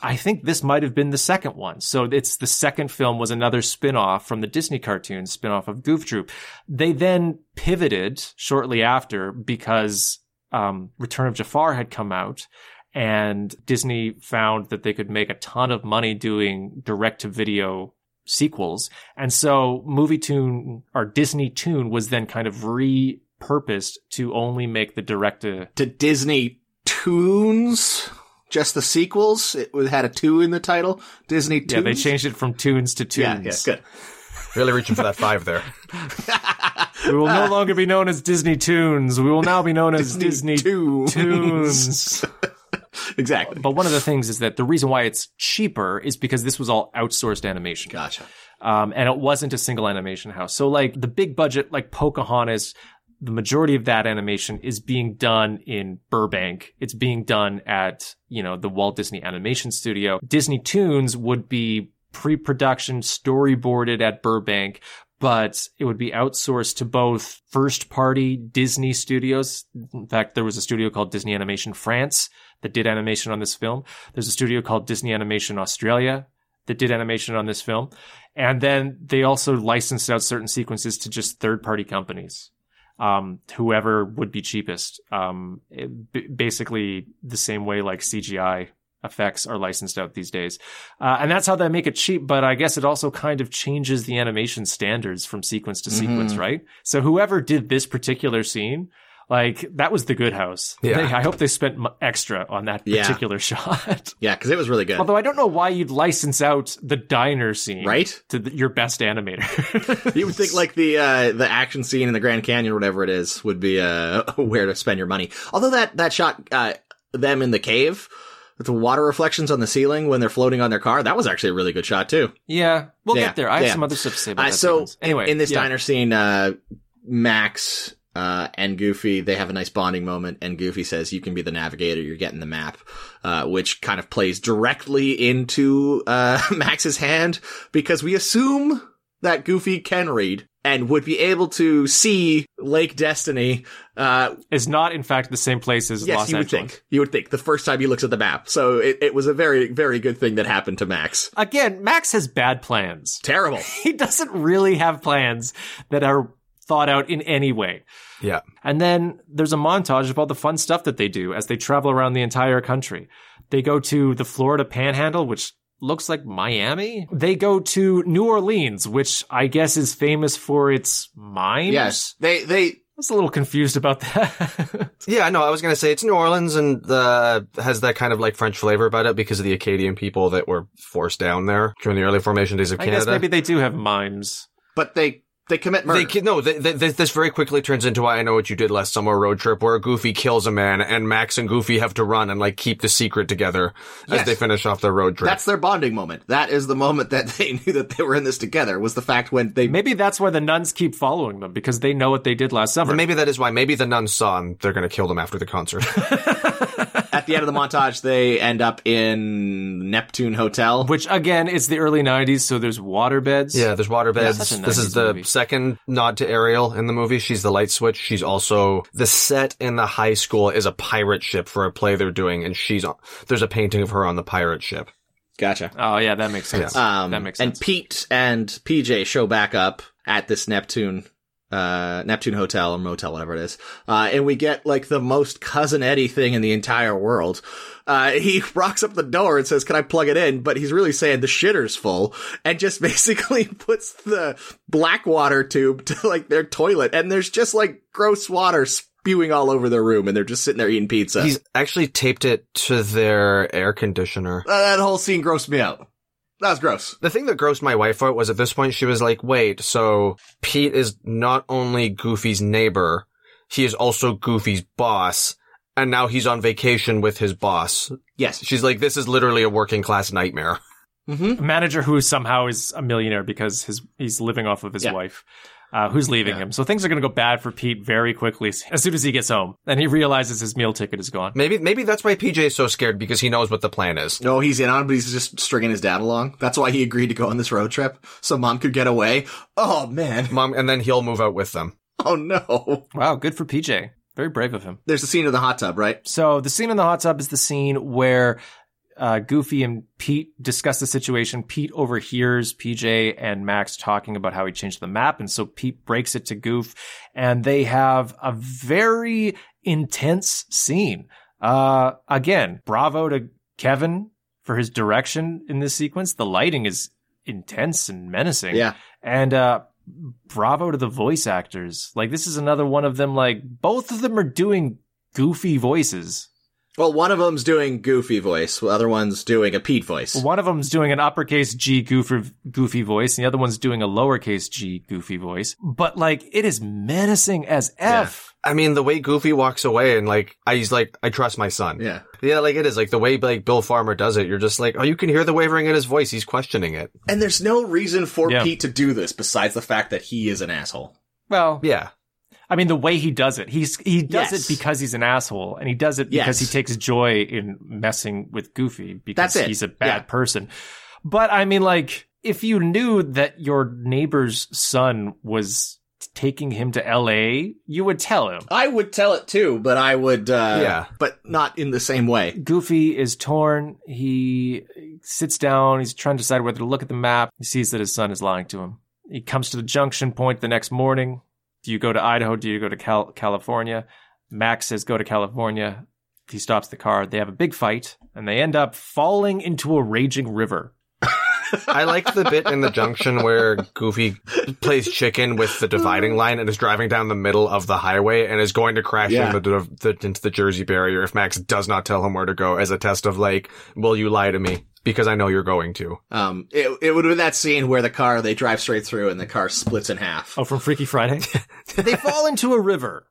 I think this might have been the second one. So it's the second film was another spin-off from the Disney cartoon spin-off of Goof Troop. They then pivoted shortly after because um, Return of Jafar had come out and Disney found that they could make a ton of money doing direct to video sequels. And so Movie Tune or Disney Tune was then kind of repurposed to only make the direct to
to Disney Tunes, just the sequels. It had a two in the title. Disney Tunes.
Yeah, they changed it from tunes to tunes.
Yeah, yeah, good.
Really reaching for that five there.
We will
Ah.
no longer be known as Disney Tunes. We will now be known as Disney,
Disney Tunes.
Tunes.
exactly.
But one of the things is that the reason why it's cheaper is because this was all outsourced animation.
Gotcha.
um, and it wasn't a single animation house. So like the big budget, like Pocahontas, the majority of that animation is being done in Burbank. It's being done at you know the Walt Disney Animation Studio. Disney Toons would be pre-production storyboarded at Burbank. But it would be outsourced to both first party Disney studios. In fact, there was a studio called Disney Animation France that did animation on this film. There's a studio called Disney Animation Australia that did animation on this film. And then they also licensed out certain sequences to just third party companies, um, whoever would be cheapest. Um, it- b- basically, the same way like CGI effects are licensed out these days. Uh, and that's how they make it cheap, but I guess it also kind of changes the animation standards from sequence to sequence, right? So whoever did this particular scene, like that was the good house.
Yeah.
They- I hope they spent m- extra on that
Yeah.
particular shot.
Yeah, because it was really good.
Although I don't know why you'd license out the diner scene,
Right?
To the, your best animator.
You would think like the uh, the action scene in the Grand Canyon or whatever it is would be uh, where to spend your money. Although that that shot uh, them in the cave with the water reflections on the ceiling when they're floating on their car that was actually a really good shot too.
yeah, we'll
Yeah,
get there. I have
yeah.
some other stuff to say about
Uh,
that.
so
sequence. anyway,
in this
yeah.
diner scene, uh, Max uh, and Goofy they have a nice bonding moment, and Goofy says, "You can be the navigator. You're getting the map," uh, which kind of plays directly into uh, Max's hand because we assume that Goofy can read and would be able to see Lake Destiny. Uh,
is not in fact the same place as
yes,
Los
you would
Angeles.
think. You would think the first time he looks at the map. So it, it was a very, very good thing that happened to Max.
Again, Max has bad plans.
Terrible.
He doesn't really have plans that are thought out in any way.
Yeah.
And then there's a montage of all the fun stuff that they do as they travel around the entire country. They go to the Florida Panhandle, which looks like Miami. They go to New Orleans, which I guess is famous for its mines.
Yes, they they
I was a little confused about that.
Yeah, no, I was gonna say it's New Orleans and the has that kind of like French flavor about it because of the Acadian people that were forced down there during the early formation days of
I
Canada.
guess maybe they do have mimes.
but they they commit murder.
They ki- no, they, they, this very quickly turns into "I know what you did last summer" road trip, where Goofy kills a man, and Max and Goofy have to run and like keep the secret together as
Yes.
they finish off their road trip.
That's their bonding moment. That is the moment that they knew that they were in this together. Was the fact when they
Maybe that's why the nuns keep following them because they know what they did last summer.
And maybe that is why. Maybe the nuns saw, and they're gonna kill them after the concert.
at the end of the montage they end up in Neptune Hotel.
Which again is the early '90s, so there's water beds.
yeah, there's water beds.
such a
this is
90s
the
movie.
second nod to Ariel in the movie. She's the light switch. She's also the set in the high school is a pirate ship for a play they're doing, and she's on, there's a painting of her on the pirate ship.
Gotcha.
Oh yeah, that makes sense.
Um,
that makes
and
sense.
Pete and PJ show back up at this Neptune uh Neptune Hotel or motel, whatever it is. Uh and we get like the most cousin Eddie thing in the entire world. Uh he rocks up the door and says, Can I plug it in? But he's really saying the shitter's full and just basically puts the black water tube to like their toilet and there's just like gross water spewing all over their room and they're just sitting there eating pizza.
He's actually taped it to their air conditioner.
Uh, that whole scene grossed me out. That was gross.
The thing that grossed my wife out was at this point she was like, wait, so Pete is not only Goofy's neighbor, he is also Goofy's boss, and now he's on vacation with his boss.
Yes.
She's like, this is literally a working class nightmare.
Mm-hmm.
manager who somehow is a millionaire because his he's living off of his
Yeah.
wife. Uh, who's leaving him? So things are going to go bad for Pete very quickly as soon as he gets home, and he realizes his meal ticket is gone.
Maybe, maybe that's why PJ is so scared because he knows what the plan is.
No, he's in on it, but he's just stringing his dad along. That's why he agreed to go on this road trip, so mom could get away. Oh man.
Mom, and then he'll move out with them.
Oh no.
Wow, good for PJ. Very brave of him.
There's a scene in the hot tub, right?
So the scene in the hot tub is the scene where uh, Goofy and Pete discuss the situation. Pete overhears PJ and Max talking about how he changed the map, and so Pete breaks it to Goof, and they have a very intense scene. Uh, again, bravo to Kevin for his direction in this sequence. The lighting is intense and menacing.
Yeah.
And uh bravo to the voice actors. Like this is another one of them like both of them are doing goofy voices.
Well, one of them's doing goofy voice, the other one's doing a Pete voice.
One of them's doing an uppercase G goofy, goofy voice, and the other one's doing a lowercase G goofy voice. But like, it is menacing as F.
I mean, the way Goofy walks away and like, I, he's like, I trust my son.
Yeah.
Yeah, like it is. Like the way like Bill Farmer does it, you're just like, oh, you can hear the wavering in his voice. He's questioning it.
And there's no reason for
Yeah.
Pete to do this besides the fact that he is an asshole.
Well,
Yeah.
I mean, the way he does it, he's he does
Yes.
it because he's an asshole, and he does it
Yes.
because he takes joy in messing with Goofy because
That's it.
he's a bad
Yeah.
person. But I mean, like, if you knew that your neighbor's son was taking him to L.A., you would tell him.
I would tell it too, but I would, uh,
Yeah.
but not in the same way.
Goofy is torn. He sits down. He's trying to decide whether to look at the map. He sees that his son is lying to him. He comes to the junction point the next morning. Do you go to Idaho? Do you go to Cal- California? Max says, go to California. He stops the car. They have a big fight and they end up falling into a raging river.
I like the bit in the junction where Goofy plays chicken with the dividing line and is driving down the middle of the highway and is going to crash
Yeah.
into, the, the, into the Jersey barrier if Max does not tell him where to go as a test of like, will you lie to me? Because I know you're going to.
Um, it, it would be that scene where the car, they drive straight through and the car splits in half.
Oh, from Freaky Friday? they fall into a river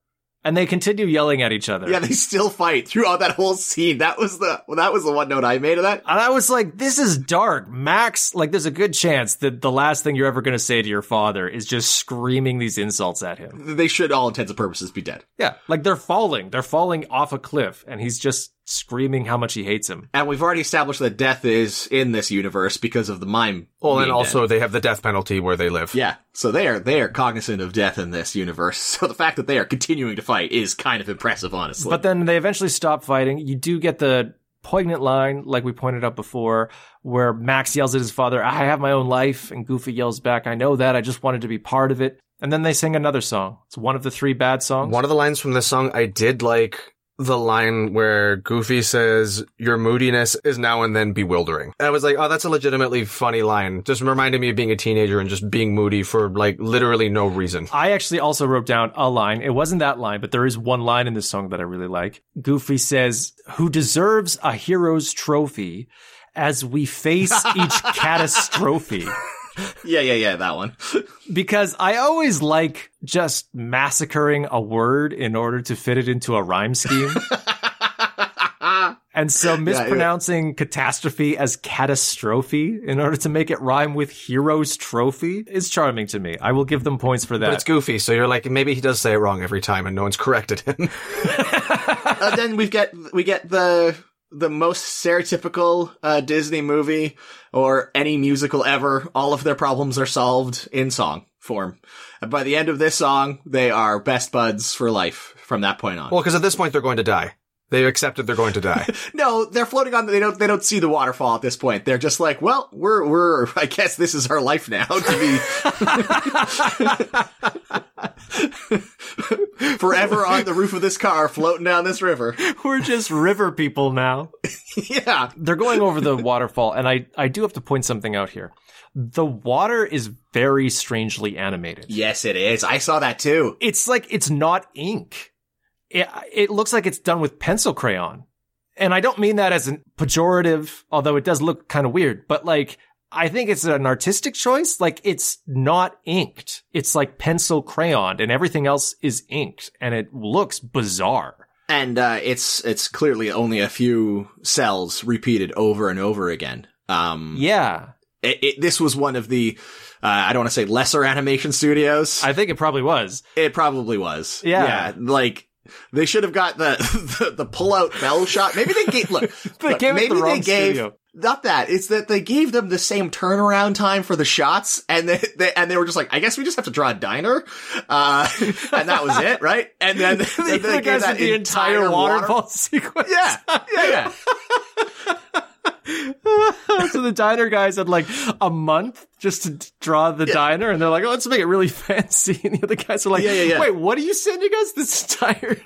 and they continue yelling at each other.
Yeah, they still fight throughout that whole scene. That was the, well, that was the one note I made of that.
And I was like, this is dark. Max, like, there's a good chance that the last thing you're ever going to say to your father is just screaming these insults at him.
They should, all intents and purposes, be dead.
Yeah. Like, they're falling. They're falling off a cliff, and he's just screaming how much he hates him.
And we've already established that death is in this universe because of the mime.
Well,
being
and
dead.
also they have the death penalty where they live.
Yeah, so they are they are cognizant of death in this universe. So the fact that they are continuing to fight is kind of impressive, honestly.
But then they eventually stop fighting. You do get the poignant line, like we pointed out before, where Max yells at his father, I have my own life. And Goofy yells back, I know that. I just wanted to be part of it. And then they sing another song. It's one of the three bad songs.
One of the lines from this song, I did like the line where Goofy says, Your moodiness is now and then bewildering. And I was like, Oh, that's a legitimately funny line. Just reminded me of being a teenager and just being moody for like literally no reason.
I actually also wrote down a line. It wasn't that line, but there is one line in this song that I really like. Goofy says, Who deserves a hero's trophy as we face each catastrophe?
yeah, yeah, yeah, that one.
Because I always like just massacring a word in order to fit it into a rhyme scheme. And so mispronouncing catastrophe as catastrophe in order to make it rhyme with hero's trophy is charming to me. I will give them points for that.
But it's Goofy, so you're like, maybe he does say it wrong every time and no one's corrected him.
uh, then we get we get the the most stereotypical uh, Disney movie or any musical ever. All of their problems are solved in song form. And by the end of this song, they are best buds for life from that point on.
well, because at this point they're going to die. They've accepted they're going to die.
No, they're floating on. They don't. They don't see the waterfall at this point. They're just like, well, we're we're. I guess this is our life now to be forever on the roof of this car, floating down this river.
We're just river people now.
yeah,
They're going over the waterfall, and I, I do have to point something out here. The water is very strangely animated.
yes, it is. I saw that too.
It's like it's not ink. It, it looks like it's done with pencil crayon. And I don't mean that as a pejorative, although it does look kind of weird, but like, I think it's an artistic choice. Like, it's not inked. It's like pencil crayon, and everything else is inked, and it looks bizarre.
And uh, it's it's clearly only a few cells repeated over and over again. Um,
Yeah.
it, it, this was one of the. Uh, I don't want to say lesser animation studios.
I think it probably was.
It probably was.
Yeah.
like they should have got the the, the pull out bell shot. Maybe they gave look.
They
look,
gave it
maybe
the wrong
they gave
studio.
not that. It's that they gave them the same turnaround time for the shots, and they, they and they were just like, I guess we just have to draw a diner, uh, and that was it, right? And then they,
the,
they gave
guys
that
with the entire, waterfall sequence.
Yeah, yeah, yeah.
so the diner guys had like a month just to d- draw the diner, and they're like, "Oh, let's make it really fancy." And the other guys are like,
Yeah, yeah, yeah.
"Wait, what are you sending us this entire?"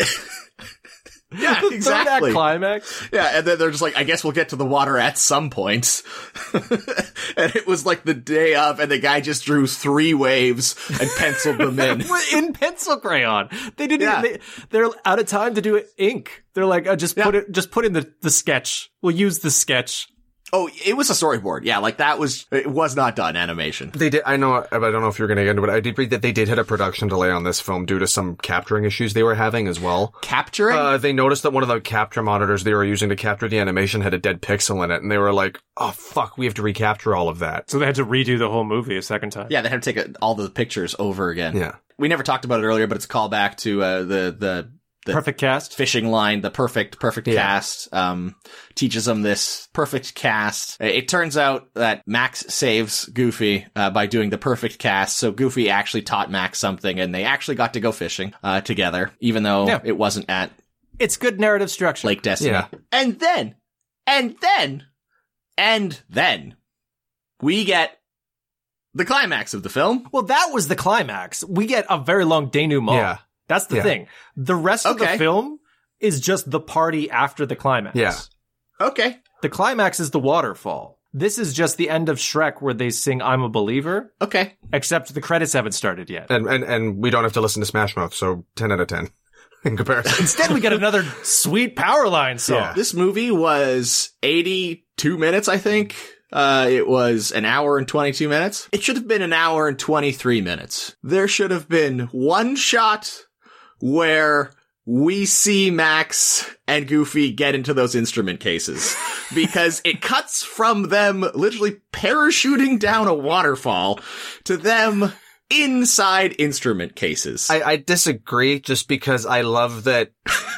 Yeah, exactly.
Third act climax.
Yeah, and then they're just like, I guess we'll get to the water at some point. and it was like the day of, and the guy just drew three waves and penciled them in.
in pencil crayon. They didn't.
Yeah.
They, they're out of time to do it ink. They're like, oh, just put it. Just put in the the sketch. We'll use the sketch.
Oh, it was a storyboard. Yeah, like that was, it was not done animation.
They did. I know. I don't know if you're going to get into it. I did read that they did hit a production delay on this film due to some capturing issues they were having as well.
Capturing?
Uh, they noticed that one of the capture monitors they were using to capture the animation had a dead pixel in it, and they were like, "Oh fuck, we have to recapture all of that."
So they had to redo the whole movie a second time.
yeah, they had to take uh, all the pictures over again.
Yeah.
We never talked about it earlier, but it's a callback to uh, the, the
Perfect cast.
fishing line, the perfect, perfect cast, um, teaches them this perfect cast. Uh, It it turns out that Max saves Goofy, uh, by doing the perfect cast. So Goofy actually taught Max something and they actually got to go fishing, uh, together, even though
Yeah.
it wasn't at
It's good narrative structure.
Lake Destiny.
Yeah.
And then, and then, and then we get the climax of the film.
well, that was the climax. We get a very long denouement.
Yeah.
That's the
Yeah.
thing. The rest of
Okay.
the film is just the party after the climax.
Yeah.
Okay.
The climax is the waterfall. This is just the end of Shrek where they sing I'm a Believer,
Okay.
except the credits haven't started yet.
And and and we don't have to listen to Smash Mouth, so ten out of ten in comparison.
Instead, we get another sweet power line song.
Yeah.
This movie was 82 minutes, I think. Uh, it was an hour and 22 minutes. It should have been an hour and 23 minutes. There should have been one shot where we see Max and Goofy get into those instrument cases because it cuts from them literally parachuting down a waterfall to them inside instrument cases.
I, I disagree just because I love that.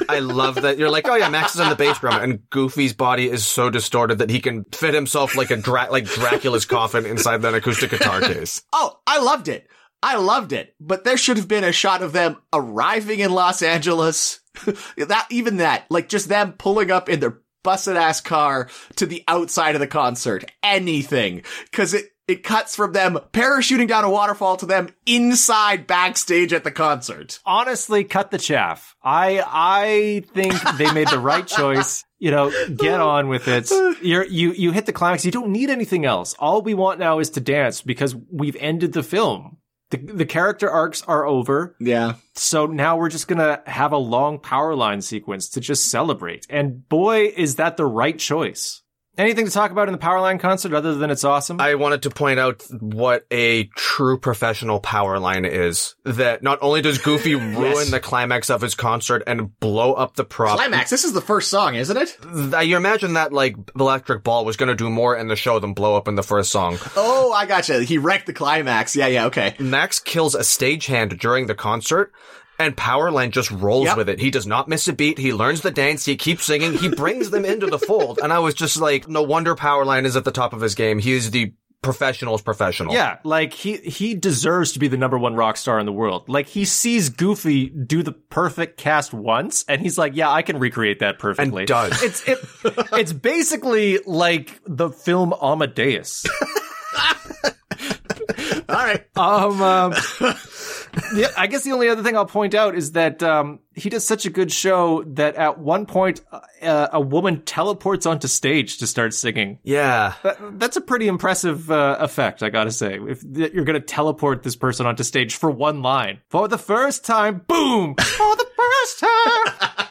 I love that you're like, oh yeah, Max is on the bass drum, and Goofy's body is so distorted that he can fit himself like a dra- like Dracula's coffin inside that acoustic guitar case.
Oh, I loved it. I loved it. But there should have been a shot of them arriving in Los Angeles. that even that, like just them pulling up in their busted ass car to the outside of the concert. Anything. Cause it, it cuts from them parachuting down a waterfall to them inside backstage at the concert.
Honestly, cut the chaff. I I think they made the right choice. You know, get on with it. You're, you you hit the climax. You don't need anything else. All we want now is to dance because we've ended the film. The, the character arcs are over.
Yeah.
So now we're just gonna have a long power line sequence to just celebrate. And boy, is that the right choice. Anything to talk about in the power line concert other than it's awesome?
I wanted to point out what a true professional power line is. That not only does Goofy ruin the climax of his concert and blow up the prop.
Climax, this is the first song, isn't it?
Th- You imagine that like Electric Ball was going to do more in the show than blow up in the first song.
Oh, I gotcha. He wrecked the climax. Yeah, yeah, okay.
Max kills a stagehand during the concert. And Powerline just rolls
Yep.
with it. He does not miss a beat. He learns the dance. He keeps singing. He brings them into the fold. And I was just like, no wonder Powerline is at the top of his game. He is the professional's professional.
Yeah, like he he deserves to be the number one rock star in the world. Like he sees Goofy do the perfect cast once, and he's like, "Yeah, I can recreate that perfectly."
And does.
It's it, it's basically like the film Amadeus.
All right.
Um, um,
uh,
yeah, I guess the only other thing I'll point out is that um, he does such a good show that at one point uh, a woman teleports onto stage to start singing.
Yeah.
That, that's a pretty impressive uh, effect, I gotta say. If that you're gonna teleport this person onto stage for one line, for the first time, boom! For the first time,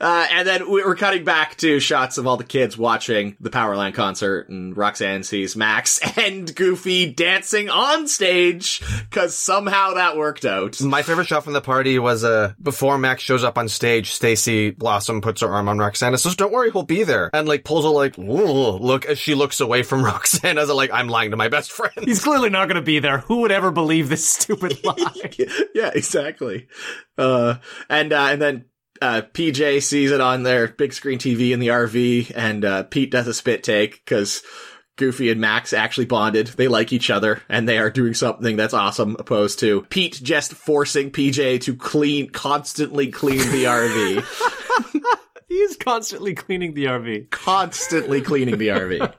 Uh, and then we- we're cutting back to shots of all the kids watching the Powerland concert, and Roxanne sees Max and Goofy dancing on stage because somehow that worked out.
My favorite shot from the party was uh, before Max shows up on stage, Stacy Blossom puts her arm on Roxanne and says, Don't worry, he'll be there. And like pulls a like, "Whoa," look as she looks away from Roxanne as a like, I'm lying to my best friend.
he's clearly not gonna be there. Who would ever believe this stupid lie?
yeah, exactly. Uh, and uh, and then uh, PJ sees it on their big screen TV in the RV, and uh, Pete does a spit take because Goofy and Max actually bonded. They like each other, and they are doing something that's awesome. Opposed to Pete just forcing PJ to clean, constantly clean the RV.
he's constantly cleaning the RV.
constantly cleaning the RV.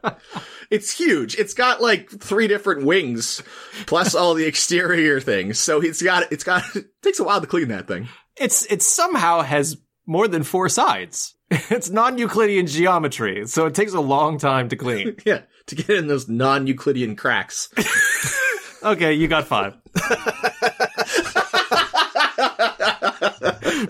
It's huge. It's got like three different wings, plus all the exterior things. So it's got it's got it takes a while to clean that thing.
It's it somehow has more than four sides. It's non-Euclidean geometry, so it takes a long time to clean.
Yeah, to get in those non-Euclidean cracks.
Okay, you got five.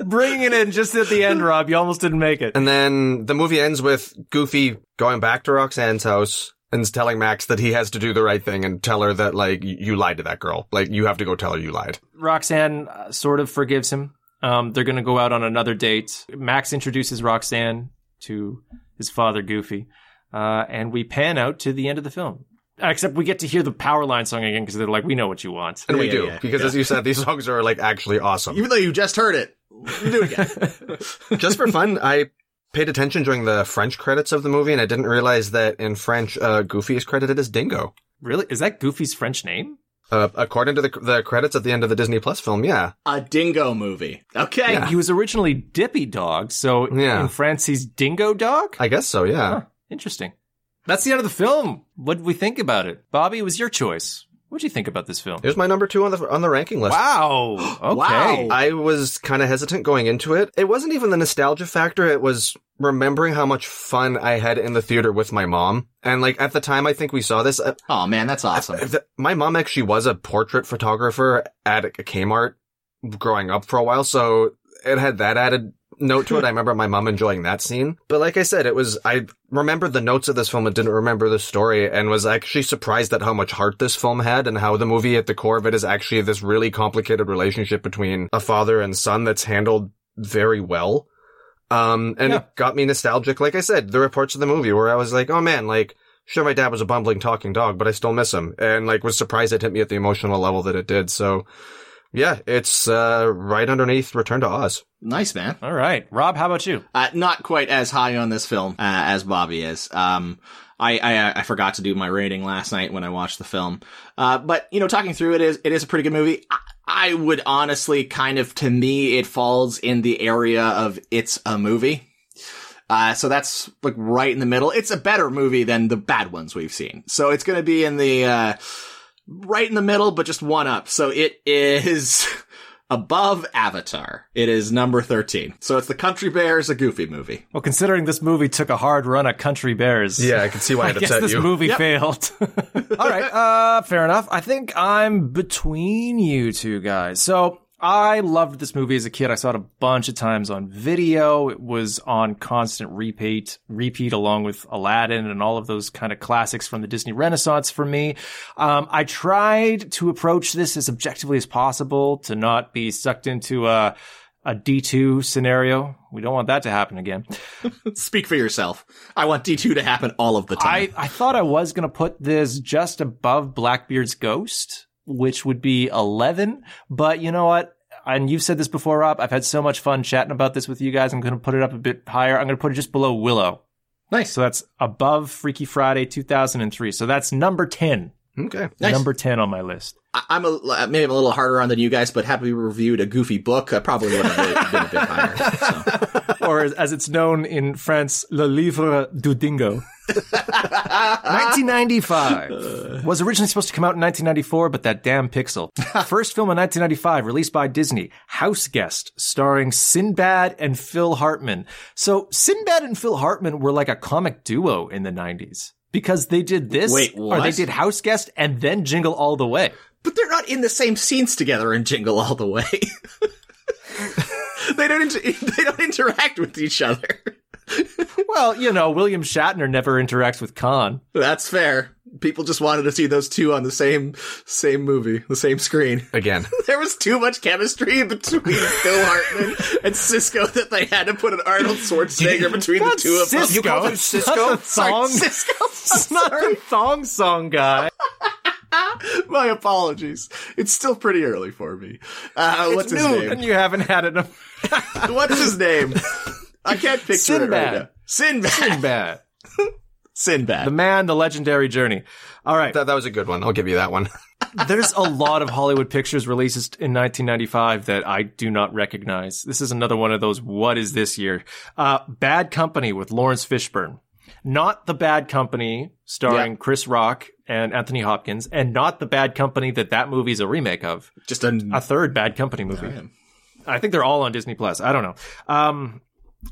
Bringing it in just at the end, Rob. You almost didn't make it.
And then the movie ends with Goofy going back to Roxanne's house and telling Max that he has to do the right thing and tell her that, like, y- you lied to that girl. Like, you have to go tell her you lied.
Roxanne uh, sort of forgives him. Um, they're going to go out on another date. Max introduces Roxanne to his father, Goofy, uh, and we pan out to the end of the film. Except we get to hear the power line song again because they're like, "We know what you want."
And we
yeah,
do.
yeah,
because as you said, these songs are, like, actually awesome.
Even though you just heard it. Do it again.
Just for fun, I paid attention during the French credits of the movie and I didn't realize that in French, uh, Goofy is credited as Dingo.
Really, is that Goofy's French name?
Uh, according to the, the credits at the end of the Disney Plus film, yeah.
A dingo movie. Okay.
He was originally Dippy Dog, so
Yeah.
in France he's Dingo Dog.
I guess so, yeah.
Interesting. That's the end of the film. What did we think about it, Bobby? It was your choice. What did you think about this film?
It was my number two on the on the ranking list.
Wow. Okay.
Wow.
I was kind of hesitant going into it. It wasn't even the nostalgia factor. It was remembering how much fun I had in the theater with my mom. And like at the time, I think we saw this. uh,
Oh man, that's awesome.
th- my mom actually was a portrait photographer at a Kmart growing up for a while. So it had that added note to it. I remember my mom enjoying that scene. But like I said, it was, I remembered the notes of this film and didn't remember the story and was actually surprised at how much heart this film had and how the movie at the core of it is actually this really complicated relationship between a father and son that's handled very well. Um, and
Yeah.
it got me nostalgic. Like I said, there were parts of the movie where I was like, oh man, like, sure, my dad was a bumbling talking dog, but I still miss him. And like, was surprised it hit me at the emotional level that it did. So yeah, it's, uh, right underneath Return to Oz.
Nice man.
All right, Rob. How about you?
Uh, not quite as high on this film uh, as Bobby is. Um, I, I I forgot to do my rating last night when I watched the film. Uh, but you know, talking through it is it is a pretty good movie. I, I would honestly kind of to me it falls in the area of it's a movie. Uh, so that's like right in the middle. It's a better movie than the bad ones we've seen. So it's going to be in the uh, right in the middle, but just one up. So it is above Avatar. It is number thirteen. So it's the Country Bears, a Goofy movie.
Well, considering this movie took a hard run at Country Bears.
Yeah, I can see why it
I guess
upset
this
you.
movie failed. All right, uh, fair enough. I think I'm between you two guys. So I loved this movie as a kid. I saw it a bunch of times on video. It was on constant repeat, repeat along with Aladdin and all of those kind of classics from the Disney Renaissance for me. Um, I tried to approach this as objectively as possible to not be sucked into a, a D2 scenario. We don't want that to happen again.
Speak for yourself. I want D two to happen all of the time.
I, I thought I was going to put this just above Blackbeard's Ghost, which would be 11. But you know what? And you've said this before, Rob. I've had so much fun chatting about this with you guys. I'm going to put it up a bit higher. I'm going to put it just below Willow.
Nice.
So that's above Freaky Friday 2003. So that's number 10.
Okay.
Nice.
Number 10 on my list.
I, I'm a uh, maybe I'm a little harder on than you guys, but happy we reviewed a goofy book. I probably would have been a bit higher. So.
or as- as it's known in France, Le Livre du Dingo. 1995 was originally supposed to come out in 1994, but that damn pixel. First film in 1995, released by Disney, House Guest, starring Sinbad and Phil Hartman. So Sinbad and Phil Hartman were like a comic duo in the 90s because they did this,
Wait,
or they
what?
did House Guest and then Jingle All the Way.
But they're not in the same scenes together in Jingle All the Way. they don't inter- they don't interact with each other.
Well, you know, William Shatner never interacts with Khan.
That's fair. People just wanted to see those two on the same same movie, the same screen.
Again.
There was too much chemistry between Phil Hartman and Cisco that they had to put an Arnold Schwarzenegger between the
Not
two of them.
Cisco. Not the
Sorry,
thong.
Cisco.
It's not the thong song guy.
My apologies. It's still pretty early for me. Uh, what's his
Dude,
name?
and you haven't had enough
What's his name? I can't picture it right
Sinbad.
now. Sinbad.
bad.
Sinbad.
The man, the legendary journey. All right.
That, that was a good one. I'll give you that one.
There's a lot of Hollywood Pictures releases in 1995 that I do not recognize. This is another one of those. What is this year? Uh, Bad Company with Lawrence Fishburne. Not the Bad Company starring Chris Rock and Anthony Hopkins, and not the Bad Company that that movie's a remake of.
Just a.
A third Bad Company movie. I think they're all on Disney Plus. I don't know. Um,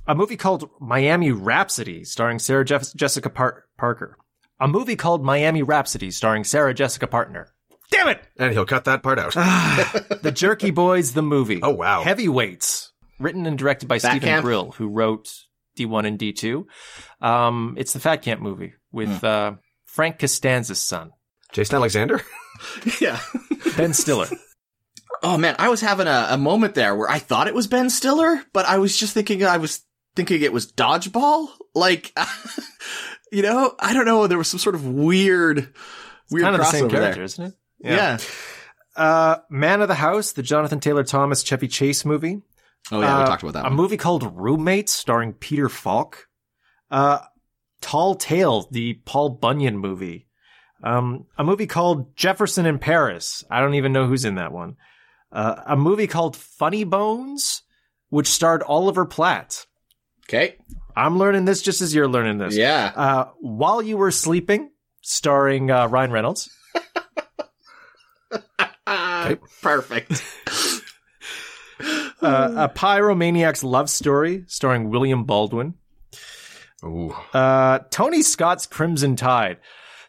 a movie called Miami Rhapsody, starring Sarah Jeff- Jessica Par- Parker. A movie called Miami Rhapsody, starring Sarah Jessica Partner. Damn it!
And he'll cut that part out.
Ah.
The Jerky Boys, the movie.
Oh, wow.
Heavyweights, written and directed by Stephen
Camp?
Grill, who wrote D1 and D2. Um, it's the Fat Camp movie
Hmm.
with uh, Frank Costanza's son,
Jason Alexander?
yeah.
Ben Stiller.
Oh man, I was having a, a moment there where I thought it was Ben Stiller, but I was just thinking I was thinking it was dodgeball. Like, you know, I don't know. There was some sort of weird, weird
kind of the same
crossover there.
character, is isn't it?
Yeah.
Uh, Man of the House, the Jonathan Taylor Thomas Chevy Chase movie.
Oh yeah, we
Uh,
talked about that.
A
one.
movie called Roommates, starring Peter Falk. Uh, Tall Tale, the Paul Bunyan movie. Um, a movie called Jefferson in Paris. I don't even know who's in that one. Uh, a movie called Funny Bones, which starred Oliver Platt.
Okay.
I'm learning this just as you're learning this.
Yeah.
Uh, While You Were Sleeping, starring uh, Ryan Reynolds.
Ah, Perfect.
Uh, a Pyromaniac's Love Story, starring William Baldwin.
Ooh.
Uh, Tony Scott's Crimson Tide.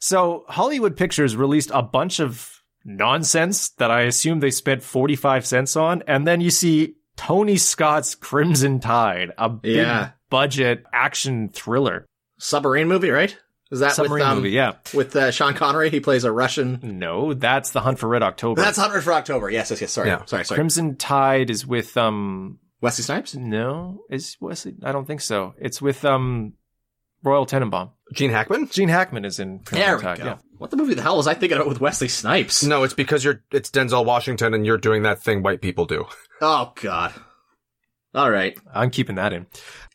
So Hollywood Pictures released a bunch of nonsense that I assume they spent 45 cents on. And then you see Tony Scott's Crimson Tide, a big
Yeah.
budget action thriller.
Submarine movie, right? Is that
Submarine
with, um,
movie, yeah.
with uh, Sean Connery? He plays a Russian.
No, that's The Hunt for Red October.
That's Hundred for October. Yes, yes, yes. Sorry,
Yeah.
sorry, sorry.
Crimson Tide is with, um,
Wesley Snipes.
no, is Wesley? I don't think so. It's with, um, Royal Tenenbaum.
Gene Hackman?
Gene Hackman is in Crimson
There we go.
Tide. Yeah.
What the movie the hell was I thinking of with Wesley Snipes?
No, it's because you're it's Denzel Washington and you're doing that thing white people do.
Oh God. All right.
I'm keeping that in.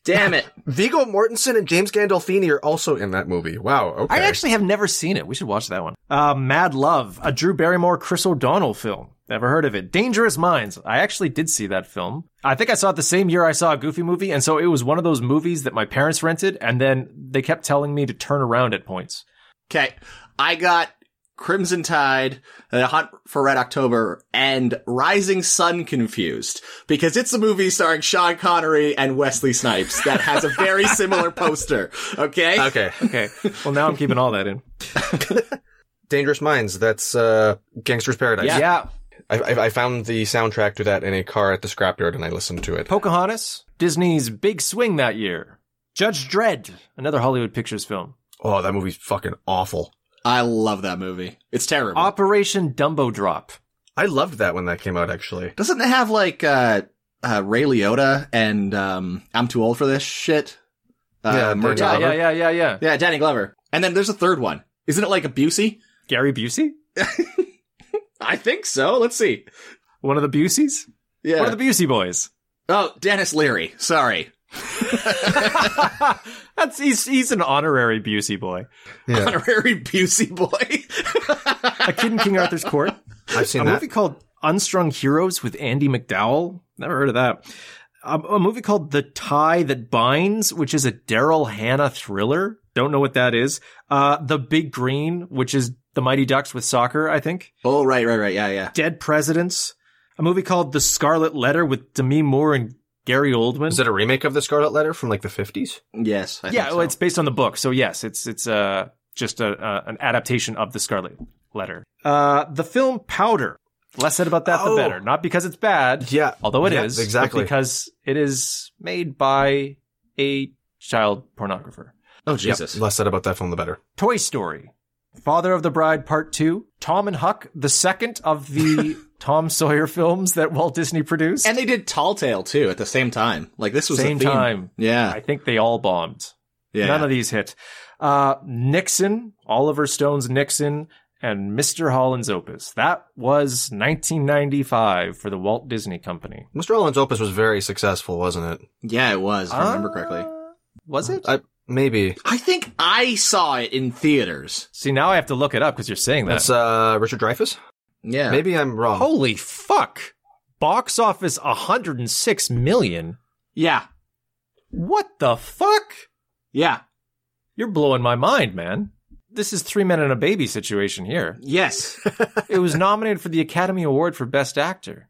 Damn it.
Vigo Mortensen and James Gandolfini are also in that movie. Wow, okay.
I actually have never seen it. We should watch that one. Uh, Mad Love, a Drew Barrymore, Chris O'Donnell film. Never heard of it. Dangerous Minds. I actually did see that film. I think I saw it the same year I saw a Goofy movie, and so it was one of those movies that my parents rented, and then they kept telling me to turn around at points.
Okay. I got Crimson Tide, The Hunt for Red October, and Rising Sun confused because it's a movie starring Sean Connery and Wesley Snipes that has a very similar poster. Okay.
Okay.
Okay. Well, now I'm keeping all that in.
Dangerous Minds, that's uh Gangster's Paradise.
Yeah.
Yeah.
I, I, I found the soundtrack to that in a car at the scrapyard and I listened to it.
Pocahontas, Disney's big swing that year. Judge Dredd, another Hollywood Pictures film.
Oh, that movie's fucking awful.
I love that movie. It's terrible.
Operation Dumbo Drop.
I loved that when that came out actually.
Doesn't it have like uh, uh Ray Liotta and um I'm too old for this shit?
Yeah,
Uh,
Danny
Murtaugh?
Yeah,
Glover.
yeah, yeah, yeah, yeah.
Yeah, Danny Glover. And then there's a third one. Isn't it like a Busey?
Gary Busey?
I think so. Let's see.
One of the Buseys?
Yeah.
One of the Busey boys.
oh, Dennis Leary. Sorry.
That's he's he's an honorary Busey boy.
Yeah.
Honorary Busey boy.
A kid in King Arthur's court.
I've seen
A
that.
movie called Unstrung Heroes with Andy McDowell. Never heard of that. A, a movie called The Tie That Binds, which is a Daryl Hannah thriller. Don't know what that is. Uh, the Big Green, which is The Mighty Ducks with soccer, I think.
oh, right, right, right. Yeah, yeah.
Dead Presidents. A movie called The Scarlet Letter with Demi Moore and Gary Oldman.
Is it a remake of the Scarlet Letter from like the 50s?
Yes. I
yeah,
think so.
well, it's based on the book, so yes, it's it's uh, just a, uh, an adaptation of the Scarlet Letter. Uh, the film Powder. The less said about that,
Oh.
the better. Not because it's bad,
Yeah.
although it is
Yeah, exactly.
but because it is made by a child pornographer.
oh, Jesus.
Yep, Less said about that film, the better.
Toy Story, Father of the Bride Part Two, Tom and Huck, the second of the Tom Sawyer films that Walt Disney produced.
And they did Tall Tale too at the same time. Like this was a
Same
theme.
time,
Yeah.
I think they all bombed.
Yeah.
None of these hit. Uh, Nixon, Oliver Stone's Nixon, and Mr. Holland's Opus. That was 1995 for the Walt Disney Company.
Mr. Allen's Opus was very successful, wasn't it?
yeah, it was. If I remember correctly.
Uh, Was it?
I maybe.
I think I saw it in theaters.
See, now I have to look it up because you're saying that.
That's uh Richard Dreyfuss?
Yeah.
Maybe I'm
um,
wrong.
Holy fuck! Box office 106 million.
Yeah.
What the fuck?
Yeah.
You're blowing my mind, man. This is three men and a baby situation here.
Yes.
It was nominated for the Academy Award for Best Actor.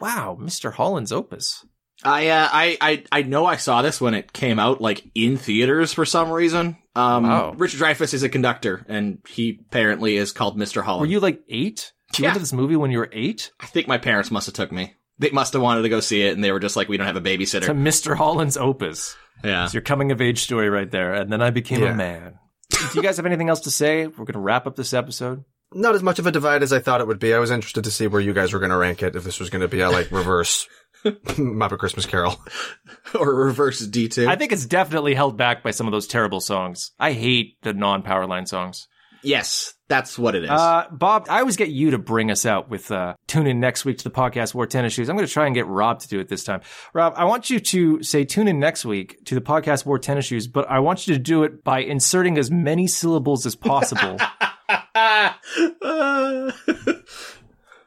Wow, Mr. Holland's Opus.
I, uh, I I I know I saw this when it came out, like in theaters for some reason. Um,
Wow.
Richard Dreyfuss is a conductor, and he apparently is called Mr. Holland.
Were you like eight? You
Yeah.
went to this movie when you were eight?
I think my parents must have took me. They must have wanted to go see it, and they were just like, "We don't have a
To
babysitter."
Mr. Holland's opus.
Yeah.
It's your coming of age story right there. And then I became
Yeah.
a man. Do you guys have anything else to say? We're going to wrap up this episode.
Not as much of a divide as I thought it would be. I was interested to see where you guys were going to rank it. If this was going to be a like reverse Muppet Christmas Carol.
or reverse D two.
I think it's definitely held back by some of those terrible songs. I hate the non power line songs.
yes, that's what it is.
Uh, Bob, I always get you to bring us out with uh, tune in next week to the podcast War Tennis Shoes. I'm going to try and get Rob to do it this time. Rob, I want you to say tune in next week to the podcast War Tennis Shoes, but I want you to do it by inserting as many syllables as possible.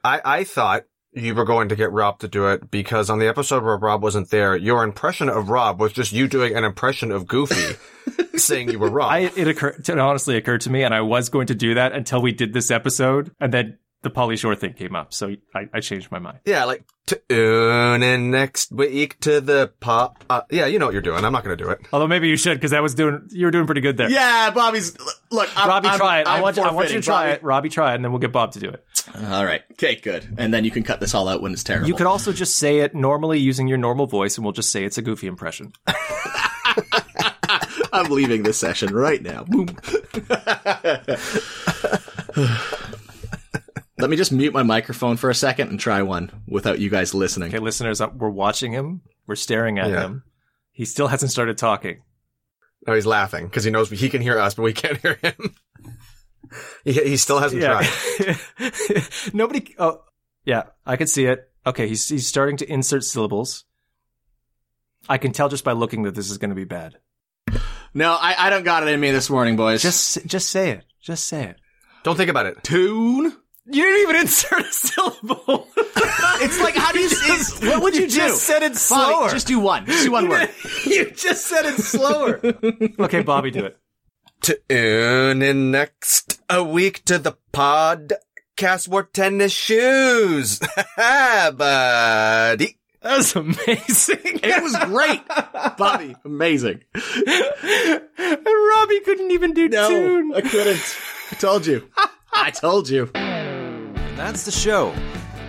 I, I thought you were going to get Rob to do it because on the episode where Rob wasn't there, your impression of Rob was just you doing an impression of Goofy saying you were Rob.
I, it occurred, it honestly occurred to me, and I was going to do that until we did this episode, and then the Polly Shore thing came up, so I, I changed my mind.
yeah, like tune in next week to the pop. Uh, yeah, you know what you're doing. I'm not going to do it.
Although maybe you should, because that was doing you were doing pretty good there.
yeah, Bobby's. Look, I'm,
Robbie,
I'm-
try it. i
I'm
want you, I want
forfeiting,
you to try
Bobby.
it. Robbie, try it, and then we'll get Bob to do it.
All right. Okay, good. And then you can cut this all out when it's terrible.
You could also just say it normally using your normal voice, and we'll just say it's a goofy impression.
I'm leaving this session right now. Boom. Let me just mute my microphone for a second and try one without you guys listening.
Okay, listeners, uh, we're watching him. We're staring at
Yeah.
him. He still hasn't started talking.
No, he's laughing because he knows he can hear us, but we can't hear him. he, he still hasn't tried.
Nobody. Oh, yeah. I can see it. Okay, he's he's starting to insert syllables. I can tell just by looking that this is going to be bad.
No, I, I don't got it in me this morning, boys.
Just just say it. Just say it.
Don't think about it.
tune.
You didn't even insert a syllable.
It's like how do you? it's- what would you, do?
just said it
Bobby,
slower.
just do one. Just do one word.
you just said it slower. okay, Bobby, do it.
Tune in next a week to the podcast wore tennis shoes. uh, Buddy.
That was amazing.
It was great, Bobby. Amazing.
And Robbie couldn't even do tune.
I couldn't. I told you. I told you.
That's the show.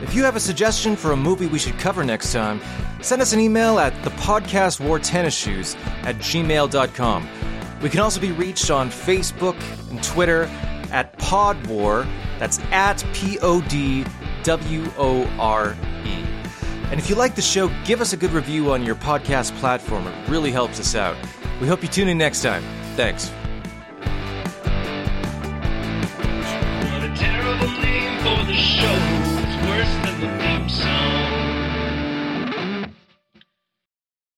If you have a suggestion for a movie we should cover next time, send us an email at thepodcastwartennisshoes at gmail.com. We can also be reached on Facebook and Twitter at Pod War. That's at P O D W O R E. And if you like the show, give us a good review on your podcast platform. It really helps us out. We hope you tune in next time. Thanks.
What a terrible name for the show. It's worse than the